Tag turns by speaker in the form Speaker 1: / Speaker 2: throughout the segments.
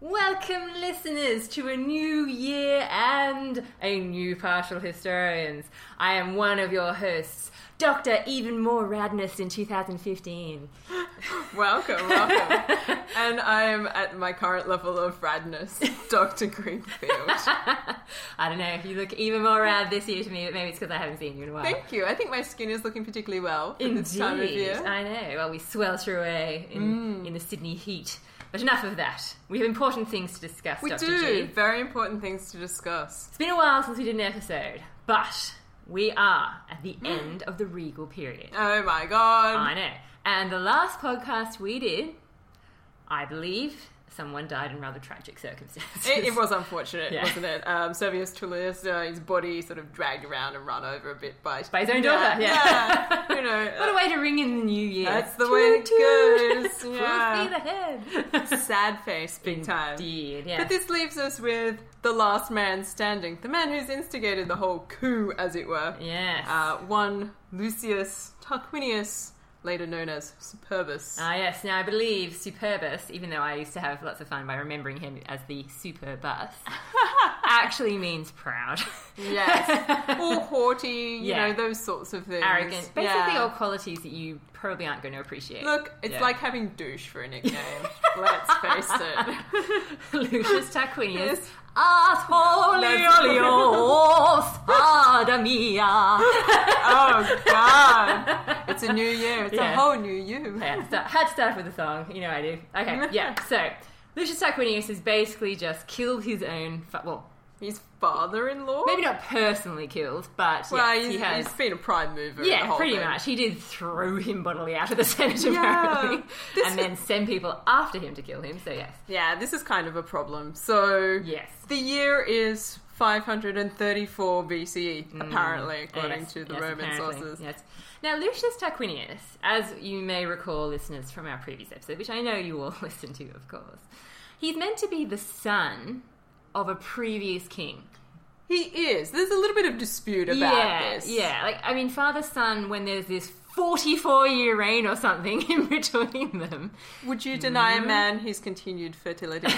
Speaker 1: Welcome, listeners, to a new year and a new Partial Historians. I am one of your hosts, Dr. Even More Radness in 2015.
Speaker 2: Welcome, welcome. and I am at my current level of radness, Dr. Greenfield.
Speaker 1: I don't know if you look even more rad this year to me, but maybe it's because I haven't seen you in a while.
Speaker 2: Thank you. I think my skin is looking particularly well in
Speaker 1: Indeed.
Speaker 2: this time of year. Mm.
Speaker 1: I know. Well, we swelter away in, in the Sydney heat. But enough of that. We have important things to discuss,
Speaker 2: We
Speaker 1: Dr.
Speaker 2: do.
Speaker 1: G.
Speaker 2: Very important things to discuss.
Speaker 1: It's been a while since we did an episode, but we are at the end of the regal period.
Speaker 2: Oh my god.
Speaker 1: I know. And the last podcast we did, I believe, someone died in rather tragic circumstances.
Speaker 2: It, it was unfortunate,
Speaker 1: Yeah.
Speaker 2: wasn't it? Um, Servius Tullius, uh, his body sort of dragged around and run over a bit by,
Speaker 1: By his own daughter, yeah.
Speaker 2: yeah. you know, uh,
Speaker 1: What a way to ring in the new year.
Speaker 2: That's the way it goes,
Speaker 1: Full
Speaker 2: yeah.
Speaker 1: speed ahead.
Speaker 2: sad face, big time.
Speaker 1: Indeed, yeah.
Speaker 2: But this leaves us with the last man standing, the man who's instigated the whole coup, as it were.
Speaker 1: yes.
Speaker 2: Uh, one Lucius Tarquinius, later known as Superbus.
Speaker 1: Ah, yes. Now, I believe Superbus, even though I used to have lots of fun by remembering him as the Superbus, actually means proud.
Speaker 2: yes, or haughty, you
Speaker 1: Yeah.
Speaker 2: know those sorts of things.
Speaker 1: Arrogant. Basically,
Speaker 2: Yeah.
Speaker 1: all qualities that you probably aren't going to appreciate.
Speaker 2: Look, it's
Speaker 1: Yeah.
Speaker 2: like having douche for a nickname. Let's face it.
Speaker 1: Lucius Tarquinius.
Speaker 2: Yes.
Speaker 1: As holy
Speaker 2: That's-
Speaker 1: oleos, fada mia.
Speaker 2: Oh God, it's a new year. It's
Speaker 1: Yeah.
Speaker 2: a whole new you.
Speaker 1: I had to, start, had to start off with a song. You know I do. Okay, yeah. So, Lucius Tarquinius has basically just killed his own. Fa- well,
Speaker 2: His father-in-law.
Speaker 1: maybe not personally killed, but
Speaker 2: Well,
Speaker 1: yes,
Speaker 2: he's,
Speaker 1: he has.
Speaker 2: he's been a prime mover. in the
Speaker 1: yeah,
Speaker 2: whole
Speaker 1: pretty
Speaker 2: thing.
Speaker 1: much. He did throw him bodily out of the Senate,
Speaker 2: Yeah.
Speaker 1: apparently,
Speaker 2: This
Speaker 1: and then send people after him to kill him. So yes,
Speaker 2: Yeah, this is kind of a problem. So
Speaker 1: yes.
Speaker 2: The year is 534 BCE, E, apparently, according
Speaker 1: Mm, Yes,
Speaker 2: to the
Speaker 1: yes,
Speaker 2: Roman
Speaker 1: apparently,
Speaker 2: sources.
Speaker 1: Yes. Now, Lucius Tarquinius, as you may recall, listeners from our previous episode, which I know you all listened to, of course, he's meant to be the son of a previous king.
Speaker 2: He is. There's a little bit of dispute about
Speaker 1: yeah,
Speaker 2: this.
Speaker 1: yeah. Like, I mean, father son, when there's this 44 year reign or something in between them.
Speaker 2: Would you deny
Speaker 1: Mm-hmm.
Speaker 2: a man his continued fertility?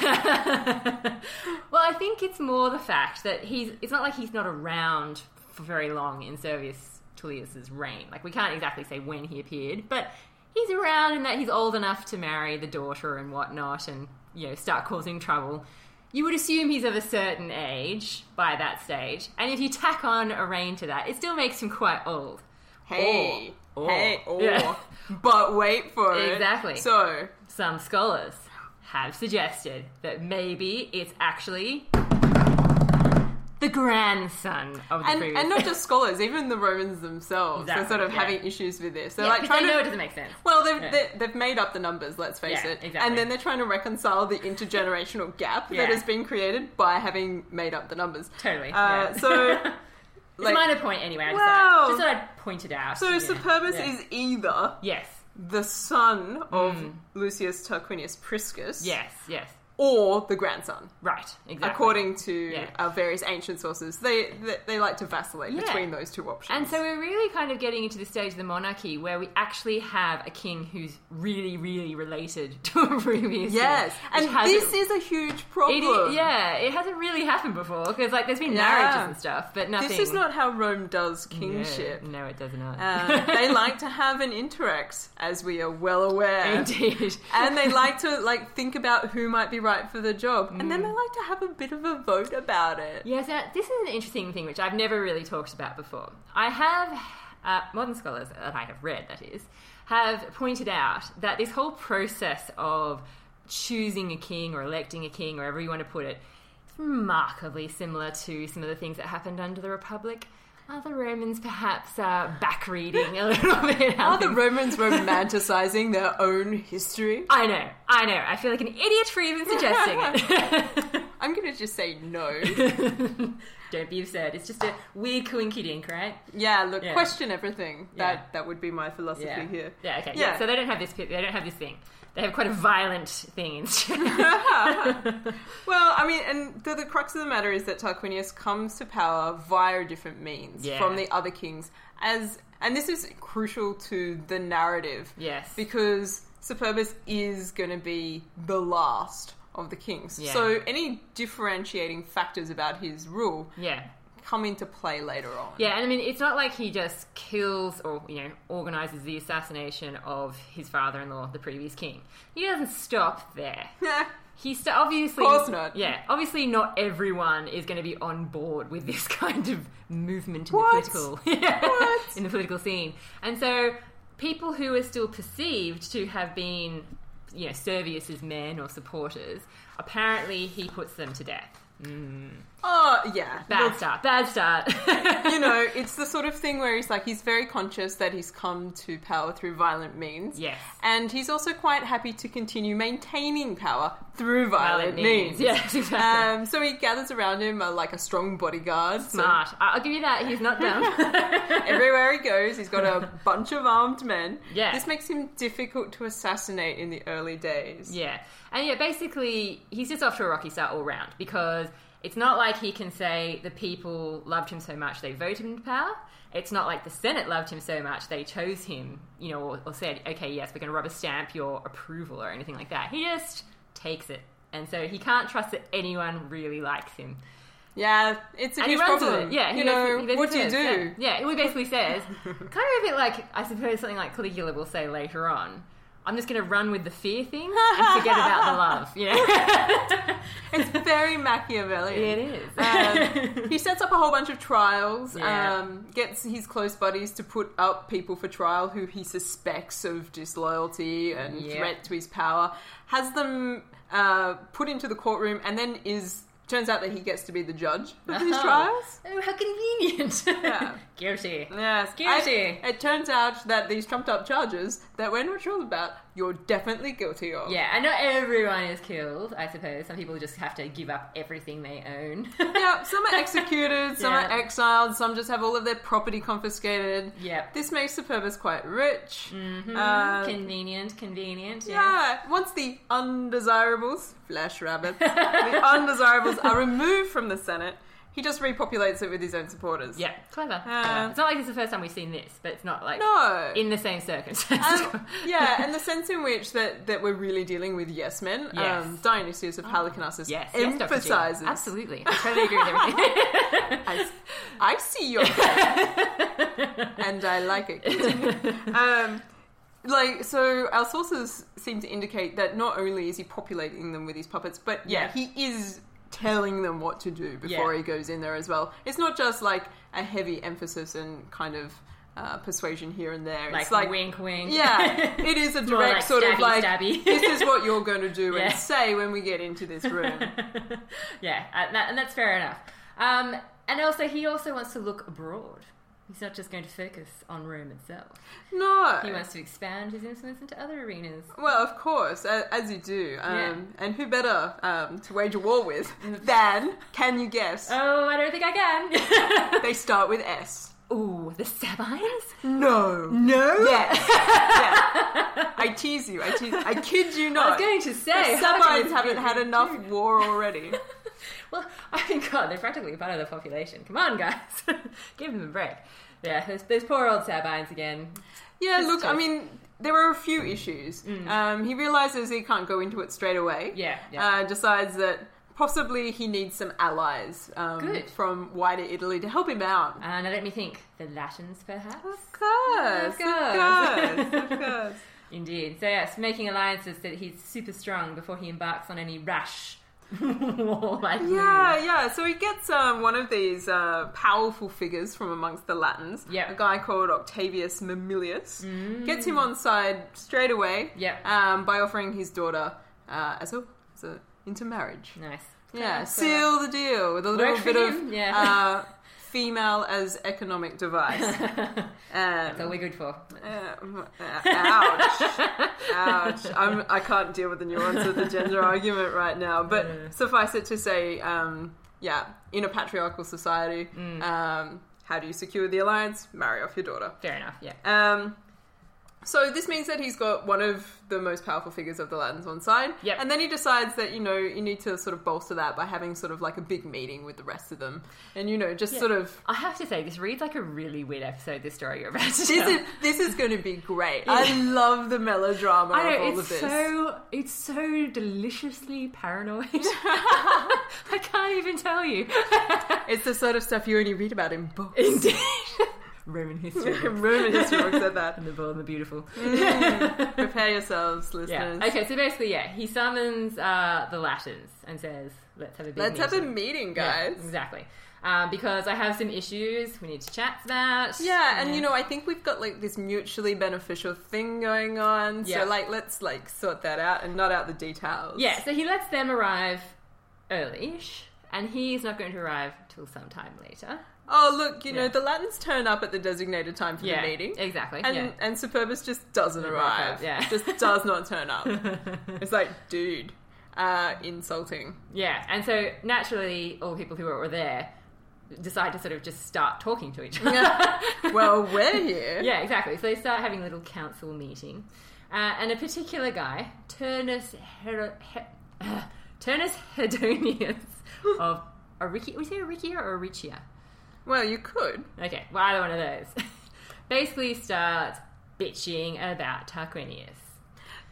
Speaker 1: Well, I think it's more the fact that he's. It's not like he's not around for very long in Servius Tullius's reign. Like we can't exactly say when he appeared, but he's around in that he's old enough to marry the daughter and whatnot, and you know start causing trouble. You would assume he's of a certain age by that stage, and if you tack on a reign to that, it still makes him quite old.
Speaker 2: hey.
Speaker 1: Or-
Speaker 2: Hey,
Speaker 1: or-
Speaker 2: or.
Speaker 1: Yeah.
Speaker 2: But wait for it.
Speaker 1: Exactly.
Speaker 2: So,
Speaker 1: Some scholars have suggested that maybe it's actually the grandson of the
Speaker 2: and,
Speaker 1: previous
Speaker 2: and not just scholars, even the Romans themselves
Speaker 1: Exactly,
Speaker 2: are sort of
Speaker 1: yeah.
Speaker 2: having issues with this. They're
Speaker 1: yeah,
Speaker 2: like
Speaker 1: because
Speaker 2: trying
Speaker 1: they
Speaker 2: to
Speaker 1: know it doesn't make sense.
Speaker 2: Well, they've,
Speaker 1: Yeah.
Speaker 2: they, they've made up the numbers, let's face
Speaker 1: Yeah,
Speaker 2: it.
Speaker 1: exactly.
Speaker 2: And then they're trying to reconcile the intergenerational gap
Speaker 1: Yeah.
Speaker 2: that has been created by having made up the numbers.
Speaker 1: Totally.
Speaker 2: Uh,
Speaker 1: yeah.
Speaker 2: So,
Speaker 1: it's
Speaker 2: like-
Speaker 1: a minor point anyway. I just,
Speaker 2: Wow.
Speaker 1: thought, just thought I'd point it out.
Speaker 2: so
Speaker 1: Yeah.
Speaker 2: Superbus
Speaker 1: Yeah.
Speaker 2: is either
Speaker 1: yes,
Speaker 2: the son of
Speaker 1: Mm.
Speaker 2: Lucius Tarquinius Priscus
Speaker 1: yes, yes.
Speaker 2: or the grandson,
Speaker 1: Right. Exactly.
Speaker 2: according to
Speaker 1: Yeah.
Speaker 2: our various ancient sources. They, they, they like to vacillate
Speaker 1: Yeah.
Speaker 2: between those two options.
Speaker 1: And so we're really kind of getting into the stage of the monarchy where we actually have a king who's really, really related to a previous king,
Speaker 2: Yes,
Speaker 1: which
Speaker 2: and
Speaker 1: hasn't-
Speaker 2: this is a huge
Speaker 1: It
Speaker 2: problem.
Speaker 1: i- yeah, it hasn't really happened before because like there's been
Speaker 2: Yeah.
Speaker 1: marriages and stuff, but nothing.
Speaker 2: This is not how Rome does
Speaker 1: No,
Speaker 2: kingship.
Speaker 1: No, it does not.
Speaker 2: Uh, they like to have an interrex, as we are well aware.
Speaker 1: indeed.
Speaker 2: And they like to like think about who might be right for the job, and then they
Speaker 1: Mm.
Speaker 2: like to have a bit of a vote about it.
Speaker 1: Yes, now this is an interesting thing which I've never really talked about before. I have, uh, modern scholars that I have read, that is, have pointed out that this whole process of choosing a king or electing a king, or however you want to put it, is remarkably similar to some of the things that happened under the Republic. Are the Romans perhaps uh, back reading a little bit? how
Speaker 2: Are the
Speaker 1: things-
Speaker 2: Romans romanticizing their own history?
Speaker 1: I know, I know. I feel like an idiot for even suggesting it.
Speaker 2: I'm gonna just say no.
Speaker 1: Don't be absurd. It's just a weird coinky dink, right?
Speaker 2: Yeah, look,
Speaker 1: Yeah.
Speaker 2: question everything. That
Speaker 1: Yeah.
Speaker 2: that would be my philosophy
Speaker 1: yeah.
Speaker 2: here.
Speaker 1: Yeah, okay. Yeah.
Speaker 2: Yeah.
Speaker 1: So they don't have this. They don't have this thing. They have quite a violent thing instead.
Speaker 2: Well, I mean, and the, the crux of the matter is that Tarquinius comes to power via different means
Speaker 1: Yeah.
Speaker 2: from the other kings, as and this is crucial to the narrative.
Speaker 1: yes.
Speaker 2: because Superbus is going to be the last of the kings.
Speaker 1: Yeah.
Speaker 2: So any differentiating factors about his rule
Speaker 1: Yeah.
Speaker 2: come into play later on.
Speaker 1: Yeah, and I mean, it's not like he just kills or, you know, organizes the assassination of his father in law, the previous king. He doesn't stop there. He st- obviously.
Speaker 2: Of course not.
Speaker 1: Yeah, obviously, not everyone is going to be on board with this kind of movement in
Speaker 2: What?
Speaker 1: the political Yeah,
Speaker 2: What?
Speaker 1: in the political scene, and so people who are still perceived to have been, you know, Servius' men or supporters, apparently he puts them to death.
Speaker 2: oh, yeah.
Speaker 1: Bad
Speaker 2: Look,
Speaker 1: start. Bad start.
Speaker 2: you know, it's the sort of thing where he's like, he's very conscious that he's come to power through violent means.
Speaker 1: Yes.
Speaker 2: And he's also quite happy to continue maintaining power through
Speaker 1: Violent
Speaker 2: violent, means.
Speaker 1: means. Yes, exactly.
Speaker 2: Um, so he gathers around him uh, like a strong bodyguard. So
Speaker 1: Smart. I- I'll give you that. He's not dumb.
Speaker 2: everywhere he goes, he's got a bunch of armed men.
Speaker 1: Yeah.
Speaker 2: This makes him difficult to assassinate in the early days.
Speaker 1: yeah. And yeah, basically, he's just off to a rocky start all round because it's not like he can say the people loved him so much they voted him to power. It's not like the Senate loved him so much they chose him, you know, or, or said, okay, yes, we're going to rubber stamp your approval or anything like that. He just takes it. And so he can't trust that anyone really likes him.
Speaker 2: Yeah, it's a
Speaker 1: and he
Speaker 2: huge
Speaker 1: runs with
Speaker 2: problem.
Speaker 1: it. Yeah, he
Speaker 2: you
Speaker 1: basically-
Speaker 2: know,
Speaker 1: he basically
Speaker 2: what do you
Speaker 1: says,
Speaker 2: do?
Speaker 1: Yeah, yeah, he basically says, kind of a bit like I suppose something like Caligula will say later on. I'm just going to run with the fear thing and forget about the love. You know,
Speaker 2: It's very
Speaker 1: it
Speaker 2: Machiavellian.
Speaker 1: is.
Speaker 2: Um, he sets up a whole bunch of trials,
Speaker 1: Yeah.
Speaker 2: um, gets his close buddies to put up people for trial who he suspects of disloyalty and
Speaker 1: Yeah.
Speaker 2: threat to his power, has them uh, put into the courtroom, and then is turns out that he gets to be the judge of these
Speaker 1: Oh.
Speaker 2: trials.
Speaker 1: oh, how convenient.
Speaker 2: Yeah.
Speaker 1: Guilty.
Speaker 2: Yes,
Speaker 1: Guilty.
Speaker 2: I- it turns out that these trumped up charges that we're not sure about, you're definitely guilty of.
Speaker 1: Yeah, and not everyone is killed. I suppose some people just have to give up everything they own.
Speaker 2: Yeah, some are executed, some
Speaker 1: Yeah.
Speaker 2: are exiled, some just have all of their property confiscated.
Speaker 1: Yep.
Speaker 2: This makes the purpose quite rich.
Speaker 1: Mhm.
Speaker 2: Um,
Speaker 1: convenient, convenient.
Speaker 2: yeah. once the undesirables, flash rabbits, the undesirables are removed from the Senate, he just repopulates it with his own supporters.
Speaker 1: Yeah, clever.
Speaker 2: Uh,
Speaker 1: it's not like it's the first time we've seen this, but it's not like
Speaker 2: No.
Speaker 1: in the same circumstance.
Speaker 2: um, yeah, and the sense in which that, that we're really dealing with yes men,
Speaker 1: Yes. Oh.
Speaker 2: um, Dionysius of Halicarnassus
Speaker 1: Yes, yes, Dr. G.
Speaker 2: emphasizes.
Speaker 1: Absolutely. I totally agree with everything.
Speaker 2: I, I see your and I like it. um, like so, our sources seem to indicate that not only is he populating them with his puppets, but yeah, he is telling them what to do before
Speaker 1: Yeah.
Speaker 2: he goes in there as well. It's not just like a heavy emphasis and kind of uh, persuasion here and there.
Speaker 1: like,
Speaker 2: it's like
Speaker 1: wink, wink.
Speaker 2: yeah, it is a
Speaker 1: more
Speaker 2: direct
Speaker 1: like
Speaker 2: sort of
Speaker 1: stabby,
Speaker 2: like
Speaker 1: stabby.
Speaker 2: this is what you're going to do and
Speaker 1: Yeah.
Speaker 2: say when we get into this room.
Speaker 1: yeah, and, that, and that's fair enough. Um, and also, he also wants to look abroad. He's not just going to focus on Rome itself.
Speaker 2: No,
Speaker 1: He wants to expand his influence into other arenas.
Speaker 2: Well, of course, a- as you do. Um,
Speaker 1: Yeah. Mm.
Speaker 2: And who better um, to wage a war with than, can you guess?
Speaker 1: Oh, I don't think I can.
Speaker 2: They start with S.
Speaker 1: Ooh, the Sabines?
Speaker 2: No. No? Yes. Yeah. I tease you. I tease you. I kid you
Speaker 1: I
Speaker 2: not.
Speaker 1: was going to say.
Speaker 2: the
Speaker 1: how can
Speaker 2: Sabines
Speaker 1: this
Speaker 2: haven't
Speaker 1: be?
Speaker 2: had enough war already.
Speaker 1: well, I mean, God, they're practically part of the population. Come on, guys. Give them a break. Yeah, those, those poor old Sabines again.
Speaker 2: Yeah,
Speaker 1: It's
Speaker 2: look, I
Speaker 1: tough.
Speaker 2: mean, there are a few issues. Um, he realizes he can't go into it straight away.
Speaker 1: Yeah, yeah.
Speaker 2: Uh, decides that possibly he needs some allies um,
Speaker 1: Good.
Speaker 2: from wider Italy to help him out.
Speaker 1: And let me think. The Latins, perhaps?
Speaker 2: Of course,
Speaker 1: Of course.
Speaker 2: of course, of course.
Speaker 1: Indeed. So, yes, making alliances so that he's super strong before he embarks on any rash war-like move.
Speaker 2: Yeah, yeah. So he gets um, one of these uh, powerful figures from amongst the Latins.
Speaker 1: Yep.
Speaker 2: A guy called Octavius Mamilius.
Speaker 1: Mm.
Speaker 2: Gets him on side straight away
Speaker 1: Yep.
Speaker 2: um, by offering his daughter uh, as, a, as a intermarriage.
Speaker 1: Nice.
Speaker 2: Yeah,
Speaker 1: Clever,
Speaker 2: seal the deal with a little
Speaker 1: Worked for
Speaker 2: bit of
Speaker 1: him, yeah.
Speaker 2: uh, female as economic device.
Speaker 1: clever. That's all
Speaker 2: Um,
Speaker 1: we're good for.
Speaker 2: uh, ouch. Ouch. I'm, I can't deal with the nuance of the gender argument right now. But
Speaker 1: No, no, no.
Speaker 2: suffice it to say, um, yeah, in a patriarchal society,
Speaker 1: Mm.
Speaker 2: um, how do you secure the alliance? Marry off your daughter.
Speaker 1: Fair enough, yeah.
Speaker 2: Um, So this means that he's got one of the most powerful figures of the Latins on side,
Speaker 1: Yep.
Speaker 2: and then he decides that you know you need to sort of bolster that by having sort of like a big meeting with the rest of them, and you know just
Speaker 1: Yeah.
Speaker 2: sort of
Speaker 1: I have to say, this reads like a really weird episode. This story you're about to
Speaker 2: this
Speaker 1: tell.
Speaker 2: is this is going to be great. I love the melodrama
Speaker 1: I
Speaker 2: of all
Speaker 1: know
Speaker 2: of
Speaker 1: it's
Speaker 2: this.
Speaker 1: so it's so deliciously paranoid. I can't even tell you.
Speaker 2: It's the sort of stuff you only read about in books.
Speaker 1: Indeed, Roman history
Speaker 2: Roman historians said that.
Speaker 1: and the bold and the beautiful.
Speaker 2: Prepare yourselves, listeners.
Speaker 1: Yeah. Okay. So basically, yeah, he summons uh, the Latins and says, "Let's have a big
Speaker 2: Let's have a
Speaker 1: meeting."
Speaker 2: meeting,
Speaker 1: Yeah,
Speaker 2: guys.
Speaker 1: exactly. Um, because I have some issues. We need to chat to that.
Speaker 2: Yeah, and you know, I think we've got like this mutually beneficial thing going on.
Speaker 1: Yeah.
Speaker 2: So like let's like sort that out and not out the details.
Speaker 1: Yeah, so he lets them arrive early-ish, and he's not going to arrive till sometime later.
Speaker 2: Oh look, you
Speaker 1: Yeah.
Speaker 2: know, the Latins turn up at the designated time for
Speaker 1: yeah,
Speaker 2: the meeting.
Speaker 1: exactly.
Speaker 2: And
Speaker 1: yeah.
Speaker 2: and Superbus just doesn't
Speaker 1: Doesn't
Speaker 2: arrive.
Speaker 1: arrive, yeah.
Speaker 2: Just does not turn up. it's like, dude, uh, insulting.
Speaker 1: yeah, and so naturally, all the people who were there decide to sort of just start talking to each other.
Speaker 2: well, we're here.
Speaker 1: yeah, exactly. So they start having a little council meeting, uh, and a particular guy, Turnus Her- He- uh, Turnus Hedonius of Aricia. We say Aricia or Aricia?
Speaker 2: Well, you could.
Speaker 1: Okay, well, either one of those. Basically, starts bitching about Tarquinius.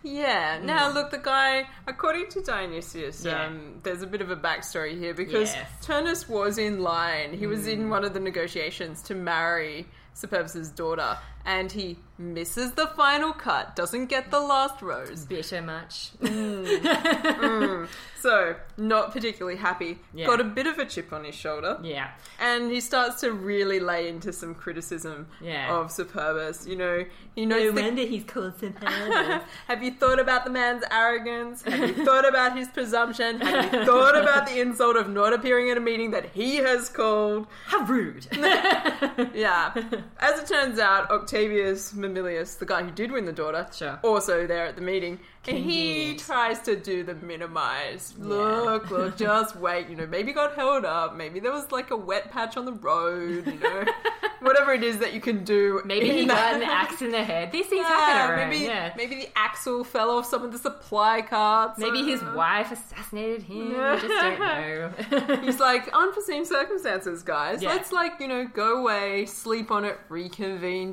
Speaker 2: Yeah. Now, look, the guy, according to Dionysius,
Speaker 1: Mm. Yeah.
Speaker 2: um, there's a bit of a backstory here because
Speaker 1: Yes. Mm.
Speaker 2: Turnus was in line. He was in one of the negotiations to marry Superbus's daughter, and he misses the final cut, doesn't get the last rose.
Speaker 1: Bitter much.
Speaker 2: Mm. So, not particularly happy.
Speaker 1: Yeah.
Speaker 2: Got a bit of a chip on his shoulder.
Speaker 1: yeah,
Speaker 2: And he starts to really lay into some criticism
Speaker 1: Yeah.
Speaker 2: of Superbus. You know, he
Speaker 1: no
Speaker 2: knows the
Speaker 1: wonder he's called Sempronius.
Speaker 2: Have you thought about the man's arrogance? Have you thought about his presumption? Have you thought about the insult of not appearing at a meeting that he has called?
Speaker 1: How rude!
Speaker 2: Yeah. As it turns out, Octavius Mamilius, the guy who did win the daughter,
Speaker 1: Sure.
Speaker 2: also there at the meeting, and he
Speaker 1: Convenient.
Speaker 2: tries to do the minimize. Look, look, just wait. You know, maybe you got held up. Maybe there was like a wet patch on the road. You know, whatever it is that you can do.
Speaker 1: Maybe he
Speaker 2: in
Speaker 1: got
Speaker 2: that-
Speaker 1: an axe in the head. These things
Speaker 2: yeah,
Speaker 1: happen around.
Speaker 2: maybe
Speaker 1: yeah.
Speaker 2: maybe the axle fell off some of the supply carts.
Speaker 1: Maybe his
Speaker 2: Uh,
Speaker 1: wife assassinated him. We
Speaker 2: Yeah.
Speaker 1: just don't know.
Speaker 2: He's like unforeseen circumstances, guys.
Speaker 1: Yeah.
Speaker 2: Let's like you know go away, sleep on it, reconvene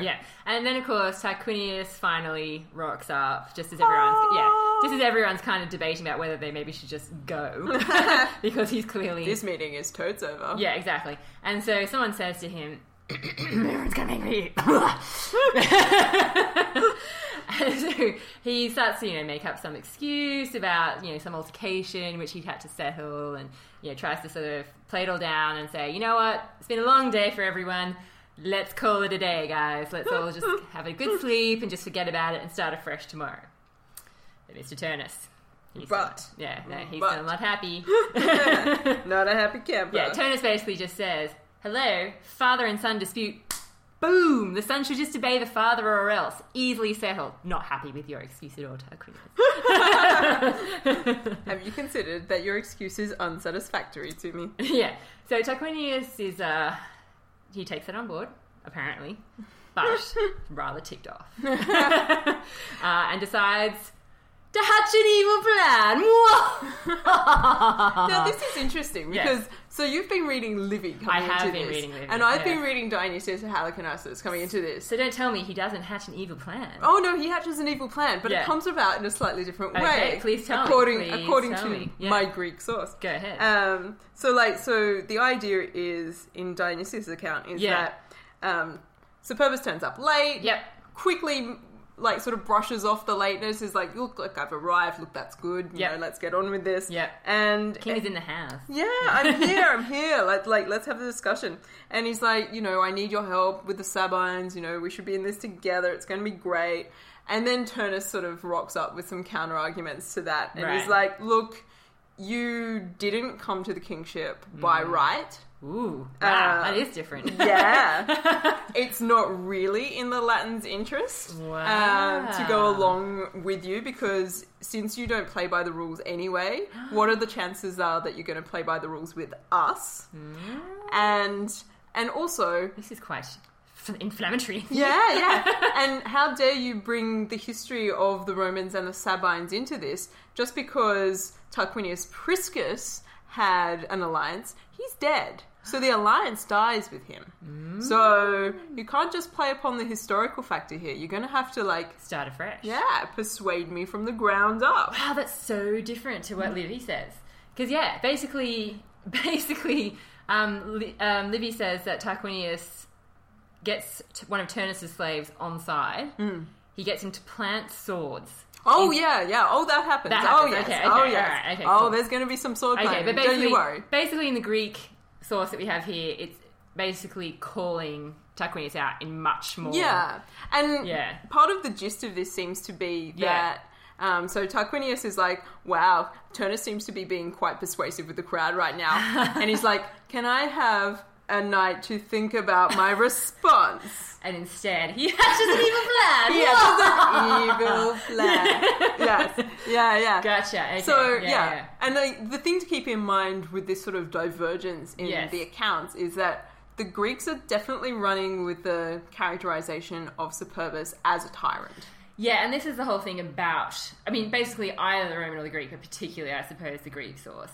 Speaker 1: yeah, and then of course Tarquinius finally rocks up, just as everyone's
Speaker 2: Oh.
Speaker 1: yeah, just as everyone's kind of debating about whether they maybe should just go because he's clearly
Speaker 2: This meeting is totes over.
Speaker 1: Yeah, exactly. And so someone says to him, "Everyone's gonna make me." and so he starts to you know make up some excuse about you know some altercation which he'd had to settle, and you know tries to sort of play it all down and say, you know what, it's been a long day for everyone. Let's call it a day, guys. Let's all just have a good sleep and just forget about it and start afresh tomorrow. But Mr. Turnus, he's
Speaker 2: But-
Speaker 1: not, yeah, no, he's
Speaker 2: but-
Speaker 1: still not happy.
Speaker 2: Not a happy camper.
Speaker 1: Yeah, Turnus basically just says, "Hello, father and son dispute." Boom! The son should just obey the father, or else. Easily settled. Not happy with your excuse at all, Tarquinius.
Speaker 2: Have you considered that your excuse is unsatisfactory to me?
Speaker 1: yeah. So Tarquinius is uh, he takes it on board apparently, but rather ticked off, uh, and decides to hatch an evil plan. Mwah!
Speaker 2: Now this is interesting
Speaker 1: Uh-huh. Yeah.
Speaker 2: because so you've been reading Livy coming
Speaker 1: I have
Speaker 2: into
Speaker 1: been
Speaker 2: this,
Speaker 1: reading Livy,
Speaker 2: and I've
Speaker 1: yeah.
Speaker 2: been reading Dionysius of Halicarnassus coming into this.
Speaker 1: so don't tell me he doesn't hatch an evil plan.
Speaker 2: Oh no, he hatches an evil plan, but
Speaker 1: Yeah.
Speaker 2: it comes about in a slightly different
Speaker 1: Okay,
Speaker 2: way.
Speaker 1: please tell me,
Speaker 2: according
Speaker 1: please
Speaker 2: according
Speaker 1: tell
Speaker 2: to
Speaker 1: me, yeah.
Speaker 2: my Greek source.
Speaker 1: Go ahead.
Speaker 2: Um, so like so the idea is in Dionysius' account is
Speaker 1: Yeah.
Speaker 2: that um, Superbus turns up late.
Speaker 1: Yep.
Speaker 2: Quickly like sort of brushes off the lateness is like look look I've arrived look that's good you
Speaker 1: Yep.
Speaker 2: know let's get on with this
Speaker 1: Yep.
Speaker 2: and
Speaker 1: King is in the house.
Speaker 2: yeah, I'm here. I'm here. Like, like, let's have the discussion. And he's like, you know, I need your help with the Sabines. You know, we should be in this together. It's going to be great. And then Turnus sort of rocks up with some counter arguments to that, and he's
Speaker 1: Right.
Speaker 2: like, look, you didn't come to the kingship by right.
Speaker 1: Ooh, wow,
Speaker 2: Uh,
Speaker 1: that is different.
Speaker 2: Yeah, it's not really in the Latin's interest um, to go
Speaker 1: Wow.
Speaker 2: along with you because since you don't play by the rules anyway, what are the chances are that you're going to play by the rules with us? And and also
Speaker 1: This is quite f- inflammatory.
Speaker 2: Yeah, yeah. and how dare you bring the history of the Romans and the Sabines into this just because Tarquinius Priscus had an alliance? He's dead. So the alliance dies with him.
Speaker 1: Mm.
Speaker 2: So you can't just play upon the historical factor here. You're going to have to, like,
Speaker 1: Start afresh.
Speaker 2: yeah, persuade me from the ground up.
Speaker 1: Wow, that's so different to
Speaker 2: Mm.
Speaker 1: what Livy says. Because yeah, basically, basically, um, Li- um, Livy says that Tarquinius gets t- one of Turnus's slaves on side.
Speaker 2: Mm.
Speaker 1: He gets him to plant swords.
Speaker 2: Oh, yeah, yeah. Oh, that happens.
Speaker 1: That
Speaker 2: Oh,
Speaker 1: happens.
Speaker 2: yes.
Speaker 1: Okay, okay,
Speaker 2: oh,
Speaker 1: all
Speaker 2: yes.
Speaker 1: right, okay,
Speaker 2: oh,
Speaker 1: cool.
Speaker 2: there's going to be some sword
Speaker 1: Okay,
Speaker 2: playing.
Speaker 1: but basically,
Speaker 2: Don't you worry.
Speaker 1: basically, in the Greek source that we have here, it's basically calling Tarquinius out in much more.
Speaker 2: Yeah, and
Speaker 1: Yeah.
Speaker 2: part of the gist of this seems to be
Speaker 1: Yeah.
Speaker 2: that. Um, so Tarquinius is like, "Wow, Turner seems to be being quite persuasive with the crowd right now," and he's like, "Can I have a night to think about my response?"
Speaker 1: And instead, he hatches an evil plan.
Speaker 2: Yeah, that's an evil plan. Yes, yeah, yeah.
Speaker 1: Gotcha. Okay.
Speaker 2: So yeah,
Speaker 1: yeah. yeah.
Speaker 2: and the, the thing to keep in mind with this sort of divergence in
Speaker 1: Yes.
Speaker 2: the accounts is that the Greeks are definitely running with the characterization of Superbus as a tyrant.
Speaker 1: Yeah, and this is the whole thing about. I mean, basically, either the Roman or the Greek, but particularly, I suppose, the Greek source.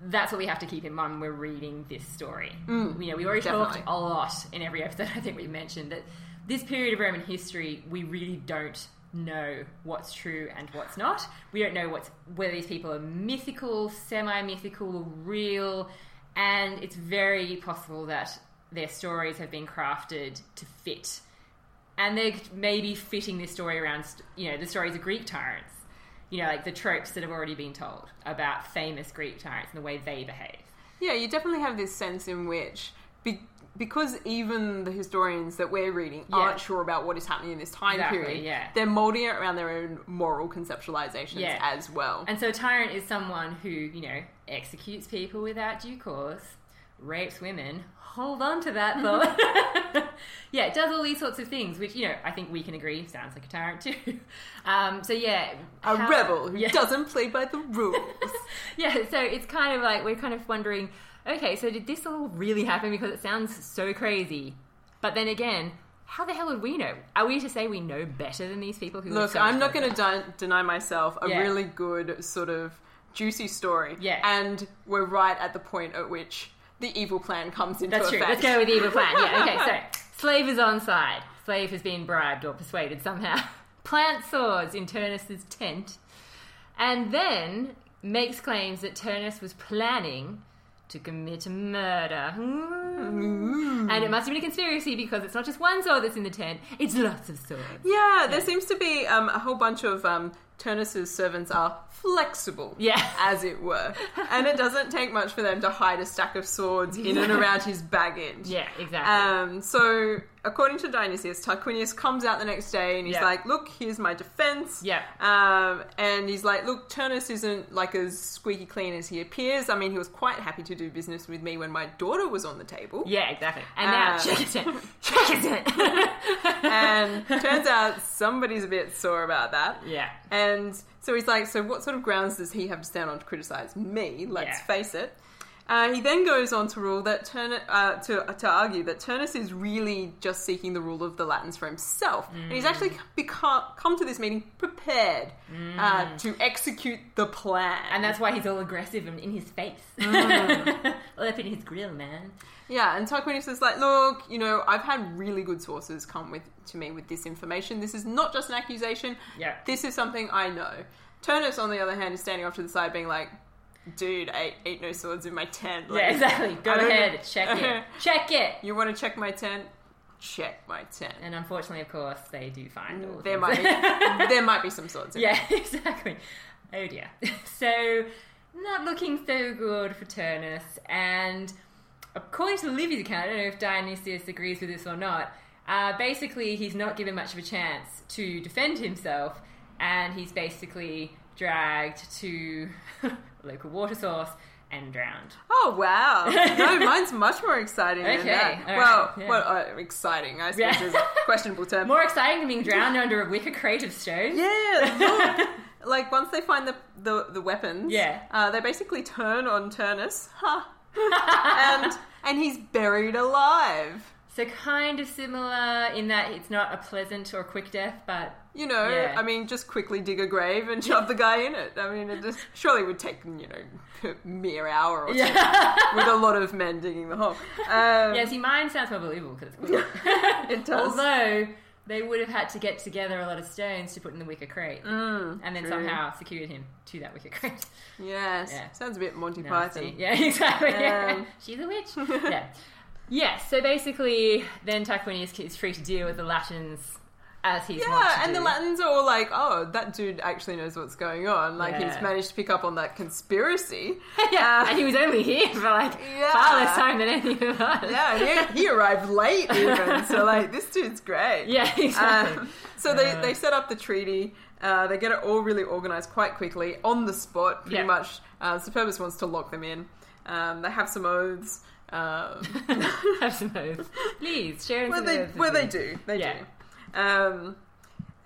Speaker 1: That's what we have to keep in mind when we're reading this story. you know, we already
Speaker 2: Mm, definitely.
Speaker 1: talked a lot in every episode. I think we've mentioned that this period of Roman history, we really don't know what's true and what's not. We don't know what's whether these people are mythical, semi-mythical, real, and it's very possible that their stories have been crafted to fit and they're maybe fitting this story around, st- you know, the stories of Greek tyrants, you know, like the tropes that have already been told about famous Greek tyrants and the way they behave.
Speaker 2: Yeah, you definitely have this sense in which, be- because even the historians that we're reading
Speaker 1: Yeah.
Speaker 2: aren't sure about what is happening in this time
Speaker 1: Exactly,
Speaker 2: period,
Speaker 1: yeah.
Speaker 2: they're molding it around their own moral conceptualizations
Speaker 1: Yeah.
Speaker 2: as well.
Speaker 1: And so, a tyrant is someone who, you know, executes people without due cause, rapes women. Hold on to that thought. yeah, it does all these sorts of things, which, you know, I think we can agree sounds like a tyrant too. Um, so, yeah.
Speaker 2: a
Speaker 1: how-
Speaker 2: rebel who
Speaker 1: Yeah.
Speaker 2: doesn't play by the rules.
Speaker 1: yeah, so it's kind of like we're kind of wondering, okay, so did this all really happen? Because it sounds so crazy. But then again, how the hell would we know? Are we to say we know better than these people who live
Speaker 2: Look,
Speaker 1: so
Speaker 2: I'm
Speaker 1: much
Speaker 2: not going
Speaker 1: longer?
Speaker 2: to de- deny myself a
Speaker 1: Yeah.
Speaker 2: really good sort of juicy story.
Speaker 1: Yeah.
Speaker 2: And we're right at the point at which the evil plan comes into
Speaker 1: That's true. Let's
Speaker 2: effect.
Speaker 1: go with the evil plan. Yeah, okay, so slave is on side. Slave has been bribed or persuaded somehow. Plant swords in Turnus's tent. And then makes claims that Turnus was planning to commit murder. And it must have been a conspiracy because it's not just one sword that's in the tent, it's lots of swords.
Speaker 2: Yeah, there seems to be um, a whole bunch of um, Turnus's servants are flexible,
Speaker 1: Yeah.
Speaker 2: as it were, and it doesn't take much for them to hide a stack of swords in and around his baggage.
Speaker 1: Yeah, exactly.
Speaker 2: Um, so, according to Dionysius, Tarquinius comes out the next day and he's
Speaker 1: Yeah.
Speaker 2: like, "Look, here's my defense."
Speaker 1: Yeah.
Speaker 2: Um, and he's like, "Look, Turnus isn't like as squeaky clean as he appears. I mean, he was quite happy to do business with me when my daughter was on the table."
Speaker 1: yeah, exactly. And now,
Speaker 2: um,
Speaker 1: check his tent. Check his tent.
Speaker 2: and turns out somebody's a bit sore about that.
Speaker 1: Yeah.
Speaker 2: And so he's like, so what sort of grounds does he have to stand on to criticize me? Let's
Speaker 1: Yeah.
Speaker 2: face it. Uh, he then goes on to rule that Turner, uh, to, to argue that Turnus is really just seeking the rule of the Latins for himself, and
Speaker 1: Mm.
Speaker 2: he's actually become, come to this meeting prepared uh, to execute the plan.
Speaker 1: Mm. And that's why he's all aggressive and in his face. all up in his grill, man.
Speaker 2: Yeah, and Tarquinius is like, look, you know, I've had really good sources come with to me with this information. This is not just an accusation.
Speaker 1: Yeah.
Speaker 2: This is something I know. Turnus, on the other hand, is standing off to the side being like, dude, I ain't no swords in my tent. Like,
Speaker 1: Yeah, exactly. Go
Speaker 2: I don't
Speaker 1: ahead,
Speaker 2: know.
Speaker 1: check it. check it.
Speaker 2: You want to check my tent? Check my tent.
Speaker 1: And unfortunately, of course, they do find all the
Speaker 2: There
Speaker 1: things.
Speaker 2: might be, there might be some swords in it.
Speaker 1: Yeah, exactly. Oh dear. So, not looking so good for Turnus. And according to Livy's account, I don't know if Dionysius agrees with this or not. Uh, basically, he's not given much of a chance to defend himself, and he's basically dragged to a local water source and drowned.
Speaker 2: Oh wow! No, mine's much more exciting than
Speaker 1: Okay,
Speaker 2: that.
Speaker 1: all
Speaker 2: well,
Speaker 1: right, yeah.
Speaker 2: well, uh, exciting. I suppose
Speaker 1: Yeah.
Speaker 2: is a questionable term.
Speaker 1: More exciting than being drowned under a wicker crate of stones.
Speaker 2: Yeah, look, like once they find the the, the weapons,
Speaker 1: Yeah.
Speaker 2: uh, they basically turn on Turnus, huh? and and he's buried alive.
Speaker 1: So kind of similar in that it's not a pleasant or quick death, but
Speaker 2: You know,
Speaker 1: Yeah.
Speaker 2: I mean, just quickly dig a grave and shove the guy in it. I mean, it just surely would take you know a mere hour or two
Speaker 1: yeah.
Speaker 2: with a lot of men digging the hole. Um,
Speaker 1: yeah, see, mine sounds more believable because it's quick.
Speaker 2: It does.
Speaker 1: Although they would have had to get together a lot of stones to put in the wicker crate,
Speaker 2: Mm,
Speaker 1: and then
Speaker 2: true.
Speaker 1: somehow secured him to that wicker crate.
Speaker 2: Yes.
Speaker 1: Yeah.
Speaker 2: Sounds a bit Monty
Speaker 1: Nasty.
Speaker 2: Python.
Speaker 1: Yeah, exactly. yeah.
Speaker 2: Um,
Speaker 1: She's a witch. yeah. Yeah, so basically, then Tarquinius is free to deal with the Latins as he's wont
Speaker 2: Yeah,
Speaker 1: to
Speaker 2: and the
Speaker 1: do.
Speaker 2: Latins are all like, oh, that dude actually knows what's going on. Like,
Speaker 1: Yeah.
Speaker 2: he's managed to pick up on that conspiracy.
Speaker 1: yeah,
Speaker 2: Uh,
Speaker 1: and he was only here for like
Speaker 2: Yeah.
Speaker 1: far less time than any of us.
Speaker 2: yeah, he, he arrived late even. So, like, this dude's great.
Speaker 1: Yeah, exactly.
Speaker 2: Um, so they, they set up the treaty. Uh, they get it all really organized quite quickly on the spot, pretty
Speaker 1: Yeah.
Speaker 2: much. Uh, Superbus wants to lock them in. Um, they have some oaths. Um,
Speaker 1: Have some oaths. Please, share
Speaker 2: Well,
Speaker 1: some
Speaker 2: they,
Speaker 1: oaths
Speaker 2: well,
Speaker 1: with
Speaker 2: they
Speaker 1: me.
Speaker 2: do. They
Speaker 1: Yeah.
Speaker 2: do. Um,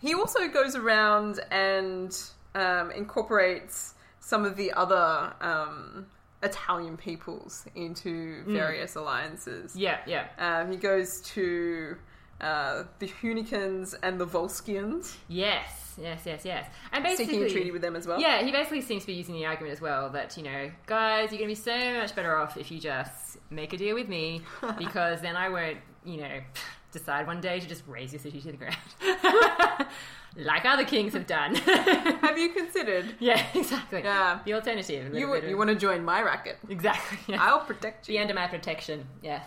Speaker 2: he also goes around and um, incorporates some of the other um, Italian peoples into various alliances.
Speaker 1: Yeah, Mm. yeah.
Speaker 2: Um, he goes to uh, the Hunicans and the Volscians,
Speaker 1: Yes, yes, yes, yes. And
Speaker 2: seeking a
Speaker 1: basically,
Speaker 2: treaty with them as well.
Speaker 1: Yeah, he basically seems to be using the argument as well that, you know, guys, you're going to be so much better off if you just make a deal with me because then I won't, you know, decide one day to just raise your city to the ground like other kings have done.
Speaker 2: Have you considered?
Speaker 1: yeah, exactly.
Speaker 2: Yeah.
Speaker 1: The alternative. a little
Speaker 2: You,
Speaker 1: bit of-
Speaker 2: you want to join my racket?
Speaker 1: Exactly. yes.
Speaker 2: I'll protect you.
Speaker 1: The end of my protection. Yes.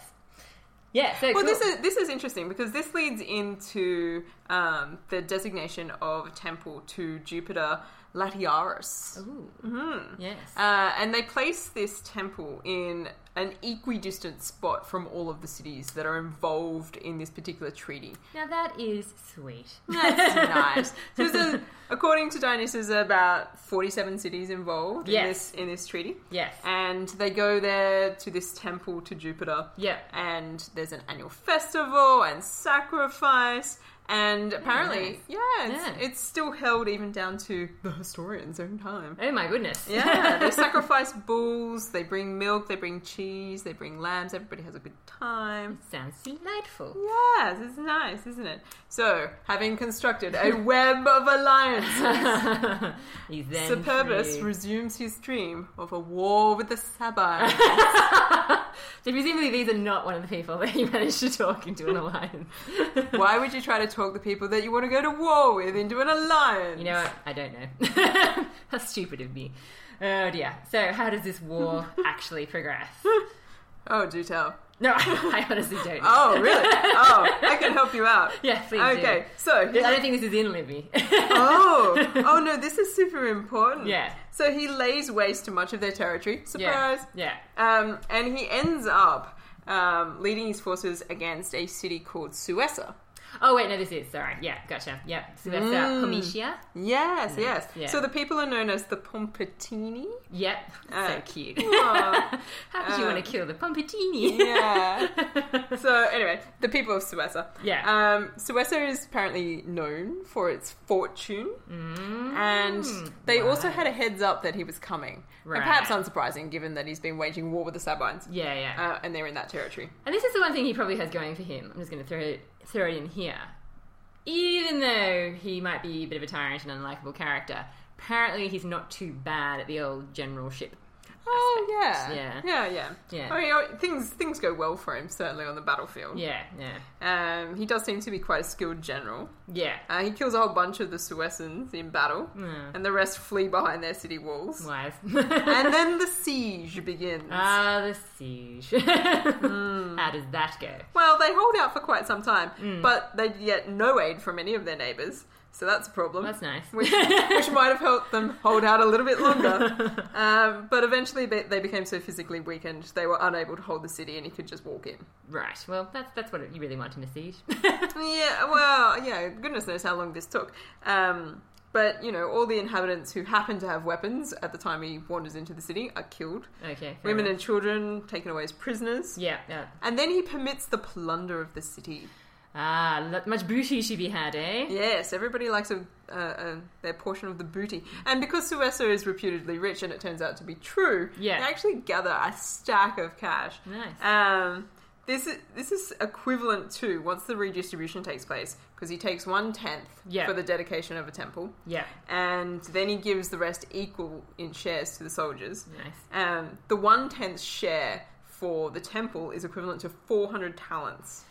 Speaker 1: Yeah, so cool.
Speaker 2: Well, this is this is interesting because this leads into um, the designation of a temple to Jupiter Latiaris,
Speaker 1: Ooh.
Speaker 2: Mhm.
Speaker 1: Yes.
Speaker 2: uh, and they place this temple in an equidistant spot from all of the cities that are involved in this particular treaty.
Speaker 1: now that is sweet.
Speaker 2: That's nice. So, there's a- according to Dionysus, about forty-seven cities involved in
Speaker 1: Yes.
Speaker 2: this in this treaty,
Speaker 1: Yes.
Speaker 2: and they go there to this temple to Jupiter
Speaker 1: Yeah.
Speaker 2: and there's an annual festival and sacrifice and apparently yeah, it's,
Speaker 1: Yeah.
Speaker 2: it's still held even down to the historian's own time
Speaker 1: Oh my goodness.
Speaker 2: yeah they sacrifice bulls they bring milk they bring cheese they bring lambs everybody has a good time
Speaker 1: Sounds delightful.
Speaker 2: yes it's nice isn't it so having constructed a web of alliances
Speaker 1: He's then
Speaker 2: Superbus
Speaker 1: free.
Speaker 2: resumes his dream of a war with the Sabine.
Speaker 1: So presumably these are not one of the people that he managed to talk into an alliance.
Speaker 2: Why would you try to talk the people that you want to go to war with into an alliance?
Speaker 1: You know what? I don't know. That's stupid of me. Oh dear. So how does this war actually progress?
Speaker 2: Oh, do tell.
Speaker 1: No, I honestly don't know.
Speaker 2: Oh, really? Oh, I can help you out.
Speaker 1: Yeah, please
Speaker 2: Okay, so
Speaker 1: do. I don't think this is in Libby.
Speaker 2: oh, oh no, this is super important.
Speaker 1: Yeah.
Speaker 2: So he lays waste to much of their territory. Surprise.
Speaker 1: yeah. Yeah.
Speaker 2: Um, and he ends up um, leading his forces against a city called Suessa.
Speaker 1: Oh wait, no, this is. Sorry. Yeah, gotcha. Yeah. So that's
Speaker 2: Mm.
Speaker 1: uh, Homitia.
Speaker 2: Yes, yes.
Speaker 1: Mm. yeah.
Speaker 2: So the people are known as the Pompetini.
Speaker 1: Yep. so
Speaker 2: Uh,
Speaker 1: cute.
Speaker 2: aw.
Speaker 1: how could you want to kill the Pompitini?
Speaker 2: Yeah. so anyway, the people of Suessa.
Speaker 1: Yeah.
Speaker 2: Um, Suessa is apparently known for its fortune,
Speaker 1: Mm.
Speaker 2: and they also had a heads up that he was coming. And perhaps
Speaker 1: Right.
Speaker 2: unsurprising, given that he's been waging war with the Sabines,
Speaker 1: yeah, yeah.
Speaker 2: uh, and they're in that territory.
Speaker 1: And this is the one thing he probably has going for him. I'm just going to throw it, throw it in here. Even though he might be a bit of a tyrant and unlikable character, apparently he's not too bad at the old generalship.
Speaker 2: Oh yeah,
Speaker 1: Yeah.
Speaker 2: yeah, yeah.
Speaker 1: Yeah.
Speaker 2: I mean, oh, things things go well for him certainly on the battlefield.
Speaker 1: Yeah, yeah,
Speaker 2: Um, he does seem to be quite a skilled general.
Speaker 1: yeah.
Speaker 2: Uh, he kills a whole bunch of the Suessans in battle,
Speaker 1: Mm.
Speaker 2: and the rest flee behind their city walls.
Speaker 1: Wise.
Speaker 2: and then the siege begins.
Speaker 1: ah, the siege.
Speaker 2: Hmm.
Speaker 1: How does that go?
Speaker 2: Well, they hold out for quite some time,
Speaker 1: Mm.
Speaker 2: but they get no aid from any of their neighbours, so that's a problem.
Speaker 1: That's nice.
Speaker 2: Which, which might have helped them hold out a little bit longer. Um, but eventually be- they became so physically weakened they were unable to hold the city and he could just walk in.
Speaker 1: Right. Well, that's that's what you really want in a siege.
Speaker 2: Yeah, well, yeah, goodness knows how long this took. Um, but, you know, all the inhabitants who happen to have weapons at the time he wanders into the city are killed.
Speaker 1: okay. fair
Speaker 2: Women
Speaker 1: enough.
Speaker 2: and children taken away as prisoners.
Speaker 1: Yeah, yeah.
Speaker 2: And then he permits the plunder of the city.
Speaker 1: Ah, lo- much booty she be had, eh?
Speaker 2: Yes, everybody likes a, uh, uh, their portion of the booty. And because Suessa is reputedly rich, and it turns out to be true,
Speaker 1: Yeah.
Speaker 2: they actually gather a stack of cash.
Speaker 1: Nice.
Speaker 2: Um, This is this is equivalent to once the redistribution takes place because he takes one tenth
Speaker 1: Yeah.
Speaker 2: for the dedication of a temple,
Speaker 1: Yeah.
Speaker 2: and then he gives the rest equal in shares to the soldiers.
Speaker 1: Nice.
Speaker 2: Um, the one tenth share for the temple is equivalent to four hundred talents.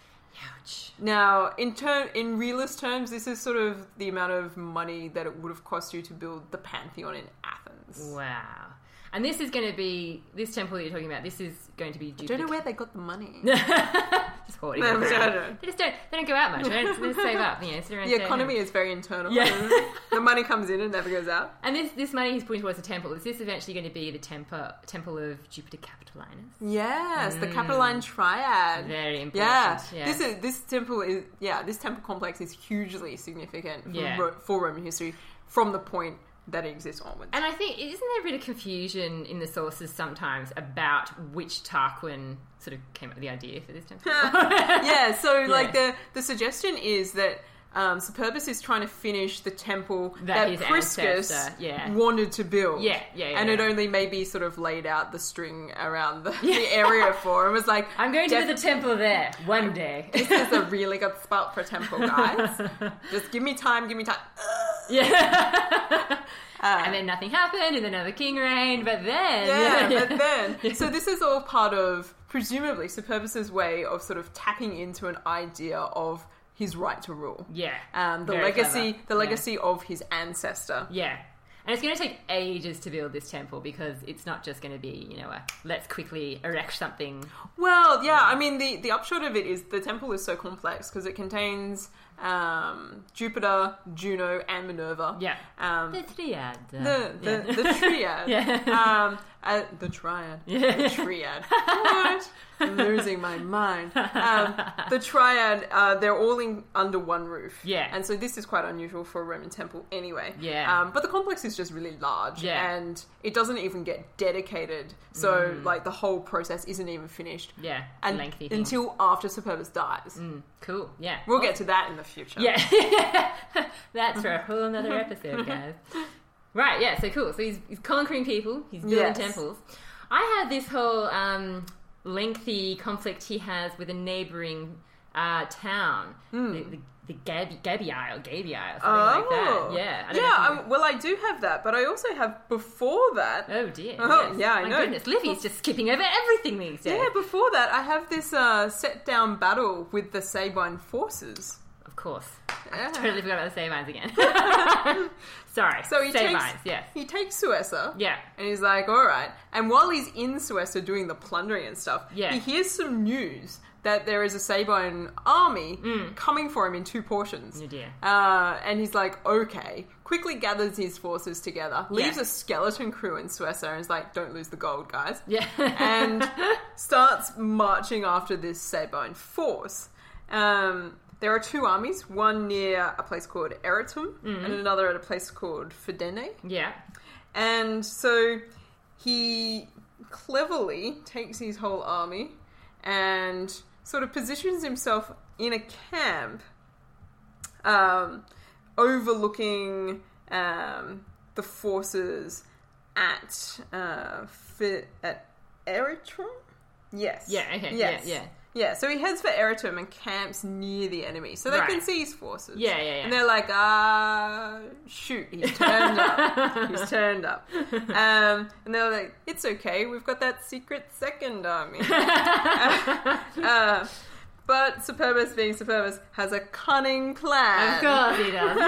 Speaker 1: Ouch.
Speaker 2: Now, in term in realist terms, this is sort of the amount of money that it would have cost you to build the Pantheon in Athens.
Speaker 1: Wow. And this is going to be this temple that you're talking about. This is going to be. Duplic-
Speaker 2: Don't know where they got the money.
Speaker 1: Just hoarding.
Speaker 2: No,
Speaker 1: it.
Speaker 2: I don't.
Speaker 1: They just don't. They don't go out much. They don't, they just save up. You know, sit around
Speaker 2: The
Speaker 1: saying,
Speaker 2: economy is very internal.
Speaker 1: Yeah.
Speaker 2: the money comes in and never goes out.
Speaker 1: And this this money he's putting towards the temple is this eventually going to be the temple temple of Jupiter Capitolinus?
Speaker 2: Yes, the Capitoline Triad.
Speaker 1: Mm. Very important.
Speaker 2: yeah.
Speaker 1: Yeah.
Speaker 2: this is this temple is yeah this temple complex is hugely significant for,
Speaker 1: Yeah.
Speaker 2: Ro- for Roman history from the point that it exists onwards.
Speaker 1: and I think isn't there a bit of confusion in the sources sometimes about which Tarquin sort of came up with the idea for this temple?
Speaker 2: yeah, so like the the suggestion is that um, Superbus is trying to finish the temple
Speaker 1: That
Speaker 2: that,
Speaker 1: his
Speaker 2: Priscus
Speaker 1: ancestor, yeah.
Speaker 2: wanted to build.
Speaker 1: Yeah, yeah, yeah,
Speaker 2: And it
Speaker 1: yeah.
Speaker 2: only maybe sort of laid out the string around the, the area for him. It was like
Speaker 1: I'm going to be the temple there one day.
Speaker 2: this is a really good spot for temple guys. Just give me time, give me time.
Speaker 1: yeah.
Speaker 2: Uh,
Speaker 1: and then nothing happened, and then another king reigned. But then,
Speaker 2: yeah, but then so this is all part of presumably Superbus's way of sort of tapping into an idea of his right to rule.
Speaker 1: yeah,
Speaker 2: Um, the
Speaker 1: Very
Speaker 2: legacy,
Speaker 1: clever.
Speaker 2: the
Speaker 1: Yeah.
Speaker 2: legacy of his ancestor.
Speaker 1: Yeah. And it's going to take ages to build this temple because it's not just going to be, you know, a let's quickly erect something.
Speaker 2: Well, yeah, I mean the the upshot of it is the temple is so complex because it contains um, Jupiter, Juno, and Minerva.
Speaker 1: Yeah.
Speaker 2: Um,
Speaker 1: The triad.
Speaker 2: the the,
Speaker 1: yeah.
Speaker 2: the triad.
Speaker 1: Yeah.
Speaker 2: Um, uh, the triad.
Speaker 1: Yeah.
Speaker 2: The triad. What? I'm losing my mind. Um, the triad. Uh, they're all in under one roof.
Speaker 1: Yeah.
Speaker 2: And so this is quite unusual for a Roman temple, anyway.
Speaker 1: Yeah.
Speaker 2: Um, but the complex is just really large.
Speaker 1: Yeah.
Speaker 2: And it doesn't even get dedicated. So like the whole process isn't even finished.
Speaker 1: yeah.
Speaker 2: And
Speaker 1: lengthy thing. Hmm.
Speaker 2: until after Superbus dies.
Speaker 1: cool. Yeah.
Speaker 2: We'll get to that in the future.
Speaker 1: Yeah. That's for a whole another episode, guys. Right, yeah, so cool. So he's, he's conquering people, he's building
Speaker 2: Yes.
Speaker 1: temples. I had this whole um, lengthy conflict he has with a neighboring uh, town,
Speaker 2: Hmm.
Speaker 1: the, the, the Gabi, Gabii or Gabii or something like that. Yeah. I don't know
Speaker 2: yeah.
Speaker 1: if you-
Speaker 2: um, well, I do have that, but I also have before that.
Speaker 1: Oh dear.
Speaker 2: Oh,
Speaker 1: yes.
Speaker 2: yeah, I
Speaker 1: My
Speaker 2: know.
Speaker 1: goodness, Livy's just skipping over everything these days.
Speaker 2: Yeah, before that, I have this uh, set down battle with the Sabine forces.
Speaker 1: Of course.
Speaker 2: Yeah.
Speaker 1: Totally forgot about the Sabines again. Sorry.
Speaker 2: So he
Speaker 1: Sabines,
Speaker 2: takes
Speaker 1: yes.
Speaker 2: he takes Suessa.
Speaker 1: Yeah.
Speaker 2: And he's like, all right. And while he's in Suessa doing the plundering and stuff,
Speaker 1: Yeah.
Speaker 2: he hears some news that there is a Sabine army
Speaker 1: Mm.
Speaker 2: coming for him in two portions.
Speaker 1: Oh dear.
Speaker 2: Uh, and he's like, okay. Quickly gathers his forces together, leaves
Speaker 1: Yeah.
Speaker 2: a skeleton crew in Suessa, and is like, don't lose the gold, guys.
Speaker 1: Yeah.
Speaker 2: and starts marching after this Sabine force. Um, there are two armies, one near a place called Eritum and another at a place called Fidene.
Speaker 1: yeah.
Speaker 2: And so he cleverly takes his whole army and sort of positions himself in a camp um, overlooking um, the forces at uh, fi- at Eritrum. Yes.
Speaker 1: Yeah, okay, yeah,
Speaker 2: Yes.
Speaker 1: yeah.
Speaker 2: Yeah, so he heads for Eritum and camps near the enemy, so they
Speaker 1: Right.
Speaker 2: can see his forces.
Speaker 1: Yeah, yeah, yeah.
Speaker 2: And they're like, ah, shoot, he's turned up. He's turned up. Um, and they're like, it's okay, we've got that secret second army. Uh, but Superbus, being Superbus, has a cunning plan.
Speaker 1: Of course he does.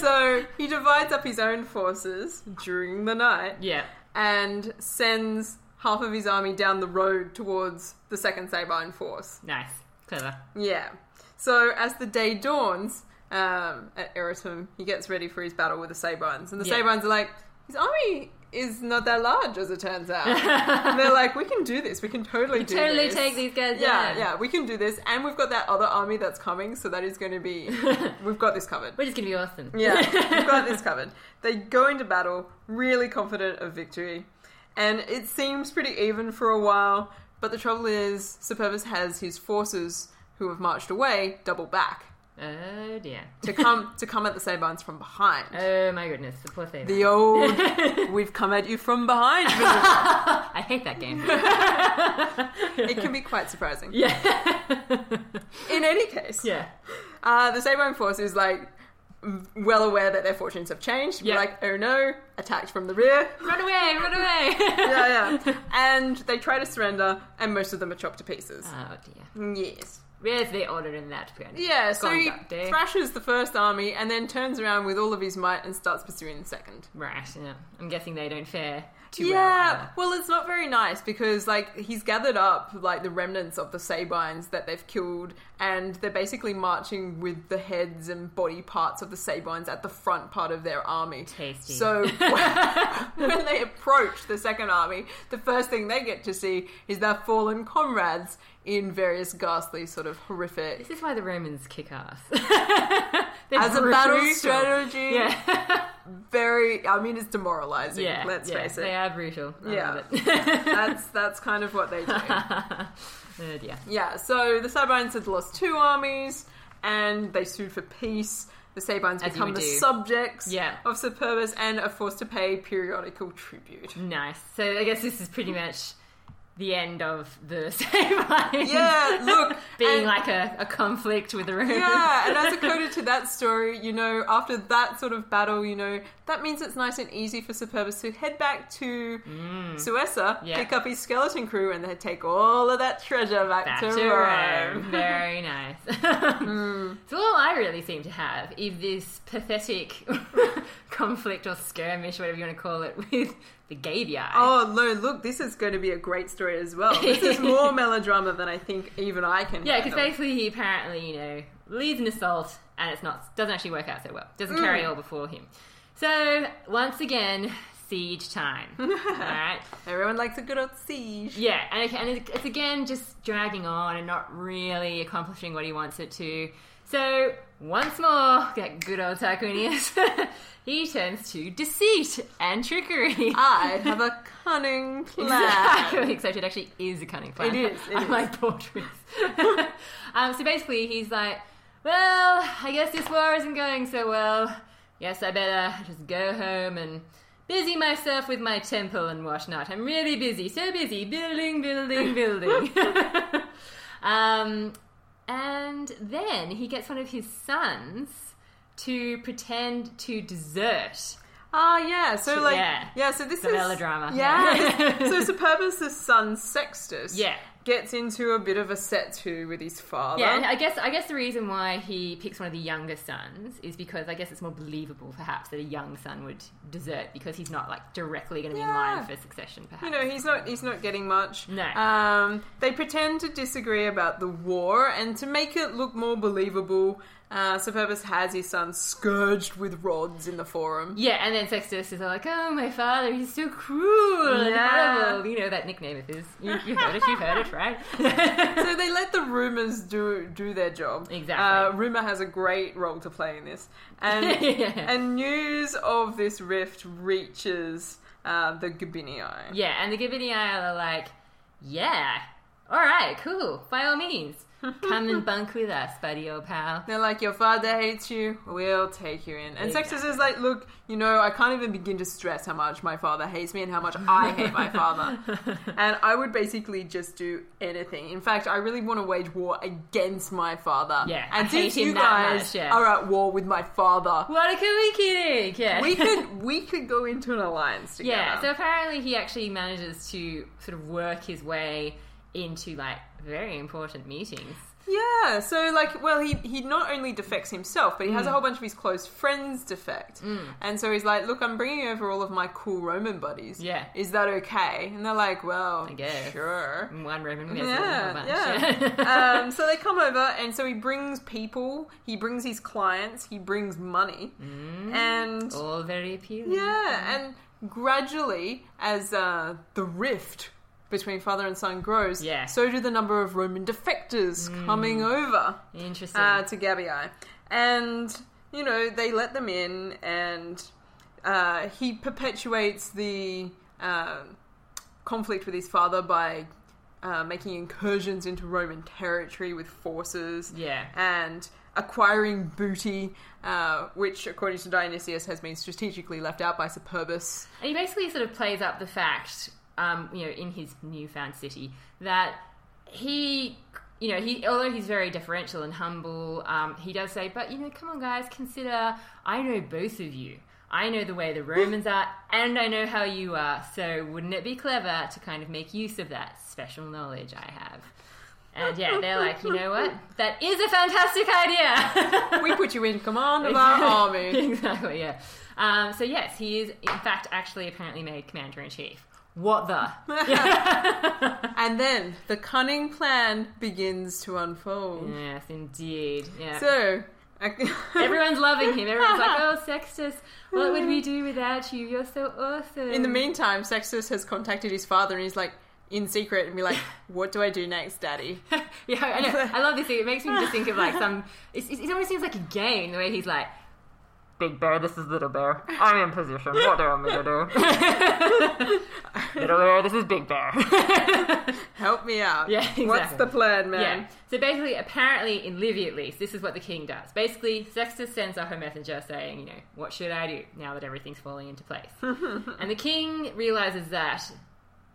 Speaker 2: So he divides up his own forces during the night
Speaker 1: yeah.
Speaker 2: and sends half of his army down the road towards the second Sabine force.
Speaker 1: Nice. Clever.
Speaker 2: Yeah. So as the day dawns um, at Eritum, he gets ready for his battle with the Sabines, and the
Speaker 1: Yeah.
Speaker 2: Sabines are like, his army is not that large, as it turns out. and they're like, we can do this. We can totally do
Speaker 1: Totally
Speaker 2: this.
Speaker 1: take these guys
Speaker 2: Yeah,
Speaker 1: down.
Speaker 2: yeah, we can do this, and we've got that other army that's coming, so that is going to be, we've got this covered.
Speaker 1: We're just gonna be awesome.
Speaker 2: Yeah, we've got this covered. They go into battle really confident of victory, and it seems pretty even for a while. But the trouble is, Superbus has his forces, who have marched away, double back.
Speaker 1: Oh dear.
Speaker 2: to come to come at the Sabans from behind.
Speaker 1: Oh my goodness, the poor thing.
Speaker 2: The old "We've come at you from behind" visit.
Speaker 1: I hate that game.
Speaker 2: it can be quite surprising.
Speaker 1: yeah.
Speaker 2: In any case,
Speaker 1: yeah.
Speaker 2: uh, the Saban force is like well aware that their fortunes have changed.
Speaker 1: Yeah.
Speaker 2: Like, oh no, attacked from the rear.
Speaker 1: Run away, run away.
Speaker 2: yeah, yeah. And they try to surrender, and most of them are chopped to pieces.
Speaker 1: oh dear.
Speaker 2: yes.
Speaker 1: Where's the order in that plan?
Speaker 2: Yeah, so he
Speaker 1: Conduct, eh?
Speaker 2: thrashes the first army and then turns around with all of his might and starts pursuing the second.
Speaker 1: Right, yeah. I'm guessing they don't fare too well.
Speaker 2: yeah,
Speaker 1: either.
Speaker 2: well, it's not very nice because like he's gathered up like the remnants of the Sabines that they've killed, and they're basically marching with the heads and body parts of the Sabines at the front part of their army.
Speaker 1: Tasty.
Speaker 2: So when they approach the second army, the first thing they get to see is their fallen comrades in various ghastly, sort of horrific.
Speaker 1: This is why the Romans kick ass.
Speaker 2: As a battle strategy,
Speaker 1: Yeah.
Speaker 2: very. I mean, it's demoralizing.
Speaker 1: yeah.
Speaker 2: Let's
Speaker 1: yeah.
Speaker 2: face
Speaker 1: They
Speaker 2: it.
Speaker 1: are brutal. I
Speaker 2: Yeah.
Speaker 1: love it.
Speaker 2: That's that's kind of what they do.
Speaker 1: oh dear.
Speaker 2: Yeah, so the Sabines had lost two armies and they sued for peace. The Sabines
Speaker 1: As you
Speaker 2: become
Speaker 1: would
Speaker 2: the
Speaker 1: do.
Speaker 2: subjects
Speaker 1: Yeah.
Speaker 2: of Superbus and are forced to pay periodical tribute.
Speaker 1: Nice. So I guess this is pretty
Speaker 2: Mm.
Speaker 1: much the end of the same
Speaker 2: Yeah, look,
Speaker 1: Being
Speaker 2: and-
Speaker 1: like a, a conflict with the Romans.
Speaker 2: Yeah, and as a coda to that story, you know, after that sort of battle, you know, that means it's nice and easy for Superbus to head back to Mm. Suessa,
Speaker 1: Yeah.
Speaker 2: pick up his skeleton crew, and then take all of that treasure back,
Speaker 1: Back
Speaker 2: to,
Speaker 1: to
Speaker 2: Rome.
Speaker 1: Rome. Very nice.
Speaker 2: Hmm.
Speaker 1: So all I really seem to have is this pathetic conflict or skirmish, whatever you want to call it, with the Gabii.
Speaker 2: Oh no! Look, this is going to be a great story as well. This is more melodrama than I think even I can.
Speaker 1: Yeah, because
Speaker 2: handle.
Speaker 1: basically he apparently, you know, leads an assault and it's not doesn't actually work out so well. Doesn't carry all before him. So once again, siege time. all right.
Speaker 2: everyone likes a good old siege.
Speaker 1: Yeah, and, it- and it- it's again just dragging on and not really accomplishing what he wants it to. So once more, that good old Tarquinius, he turns to deceit and trickery.
Speaker 2: I have a cunning plan.
Speaker 1: Exactly. Except it actually is a cunning plan.
Speaker 2: It is, it is.
Speaker 1: Unlike portraits. um, so basically, he's like, "Well, I guess this war isn't going so well. Yes, I better just go home and." Busy myself with my temple and whatnot. I'm really busy, so busy building, building, building. um, and then he gets one of his sons to pretend to desert.
Speaker 2: Ah, yeah. So like, yeah.
Speaker 1: Yeah.
Speaker 2: so this
Speaker 1: The
Speaker 2: is
Speaker 1: melodrama.
Speaker 2: Yeah.
Speaker 1: Yeah.
Speaker 2: this- so Superbus' son Sextus.
Speaker 1: Yeah.
Speaker 2: Gets into a bit of a set to with his father.
Speaker 1: Yeah, and I guess I guess the reason why he picks one of the younger sons is because I guess it's more believable, perhaps, that a young son would desert because he's not like directly going to be in
Speaker 2: Yeah.
Speaker 1: line for succession, perhaps.
Speaker 2: You know, he's not he's not getting much.
Speaker 1: No.
Speaker 2: Um, they pretend to disagree about the war, and to make it look more believable, uh, Superbus has his son scourged with rods in the forum.
Speaker 1: yeah, and then Sextus is all like, "Oh, my father, he's so cruel and
Speaker 2: Yeah.
Speaker 1: horrible." You know that nickname of his. You, you've heard it. You've heard it, right?
Speaker 2: so they let the rumors do do their job.
Speaker 1: Exactly.
Speaker 2: Uh, rumor has a great role to play in this, and
Speaker 1: yeah.
Speaker 2: and news of this rift reaches uh, the Gabinii.
Speaker 1: yeah, and the Gibbony are like, "Yeah, all right, cool. By all means, come and bunk with us, buddy, old pal."
Speaker 2: They're like, your father hates you, we'll take you in. And Sextus
Speaker 1: Exactly.
Speaker 2: is like, look, you know, I can't even begin to stress how much my father hates me and how much I hate my father. And I would basically just do anything. In fact, I really want to wage war against my father.
Speaker 1: Yeah,
Speaker 2: And
Speaker 1: I hate
Speaker 2: since
Speaker 1: him
Speaker 2: you
Speaker 1: that
Speaker 2: guys
Speaker 1: much, yeah.
Speaker 2: are at war with my father,
Speaker 1: What a coinky Yeah.
Speaker 2: we could we could go into an alliance together.
Speaker 1: Yeah, so apparently he actually manages to sort of work his way into like very important meetings.
Speaker 2: Yeah, so like, well, he he not only defects himself, but he
Speaker 1: Mm.
Speaker 2: has a whole bunch of his close friends defect, and so he's like, "Look, I'm bringing over all of my cool Roman buddies.
Speaker 1: Yeah.
Speaker 2: is that okay?" And they're like, "Well,
Speaker 1: I guess. Mm,
Speaker 2: sure."
Speaker 1: And One Roman we have a
Speaker 2: Yeah,
Speaker 1: bunch.
Speaker 2: yeah. um, so they come over, and so he brings people, he brings his clients, he brings money,
Speaker 1: Mm.
Speaker 2: and
Speaker 1: All very appealing.
Speaker 2: yeah, and gradually, as uh, the rift between father and son grows,
Speaker 1: Yeah.
Speaker 2: so do the number of Roman defectors coming over
Speaker 1: Interesting.
Speaker 2: uh, to Gabii. And, you know, they let them in, and uh, he perpetuates the uh, conflict with his father by uh, making incursions into Roman territory with forces
Speaker 1: yeah.
Speaker 2: and. acquiring booty, uh, which, according to Dionysius, has been strategically left out by Superbus.
Speaker 1: And he basically sort of plays up the fact, um, you know, in his newfound city, that he, you know, he although he's very deferential and humble, um, he does say, but you know, come on, guys, consider I know both of you. I know the way the Romans are, and I know how you are. So wouldn't it be clever to kind of make use of that special knowledge I have? And yeah, they're like, you know what? That is a fantastic idea.
Speaker 2: We put you in command of our army.
Speaker 1: exactly. Yeah. Um, so yes, he is in fact actually apparently made commander in chief. What the?
Speaker 2: And then the cunning plan begins to unfold.
Speaker 1: yes, indeed. Yeah.
Speaker 2: So, I,
Speaker 1: Everyone's loving him. Everyone's like, "Oh, Sextus, what would we do without you? You're so awesome."
Speaker 2: in the meantime, Sextus has contacted his father and he's like, in secret, and be like, what do I do next, daddy?
Speaker 1: yeah, I, know. I love this thing. It makes me just think of like some. It's, it's, it almost seems like a game the way he's like,
Speaker 3: Big Bear, this is Little Bear. I'm in position. What do you want me to do? Little Bear, this is Big Bear.
Speaker 2: Help me out.
Speaker 1: Yeah,
Speaker 2: What's
Speaker 1: exactly.
Speaker 2: the plan, man?
Speaker 1: Yeah. um, So basically, apparently, in Livy at least, this is what the king does. Basically, Sextus sends off a messenger saying, you know, what should I do now that everything's falling into place? and the king realizes that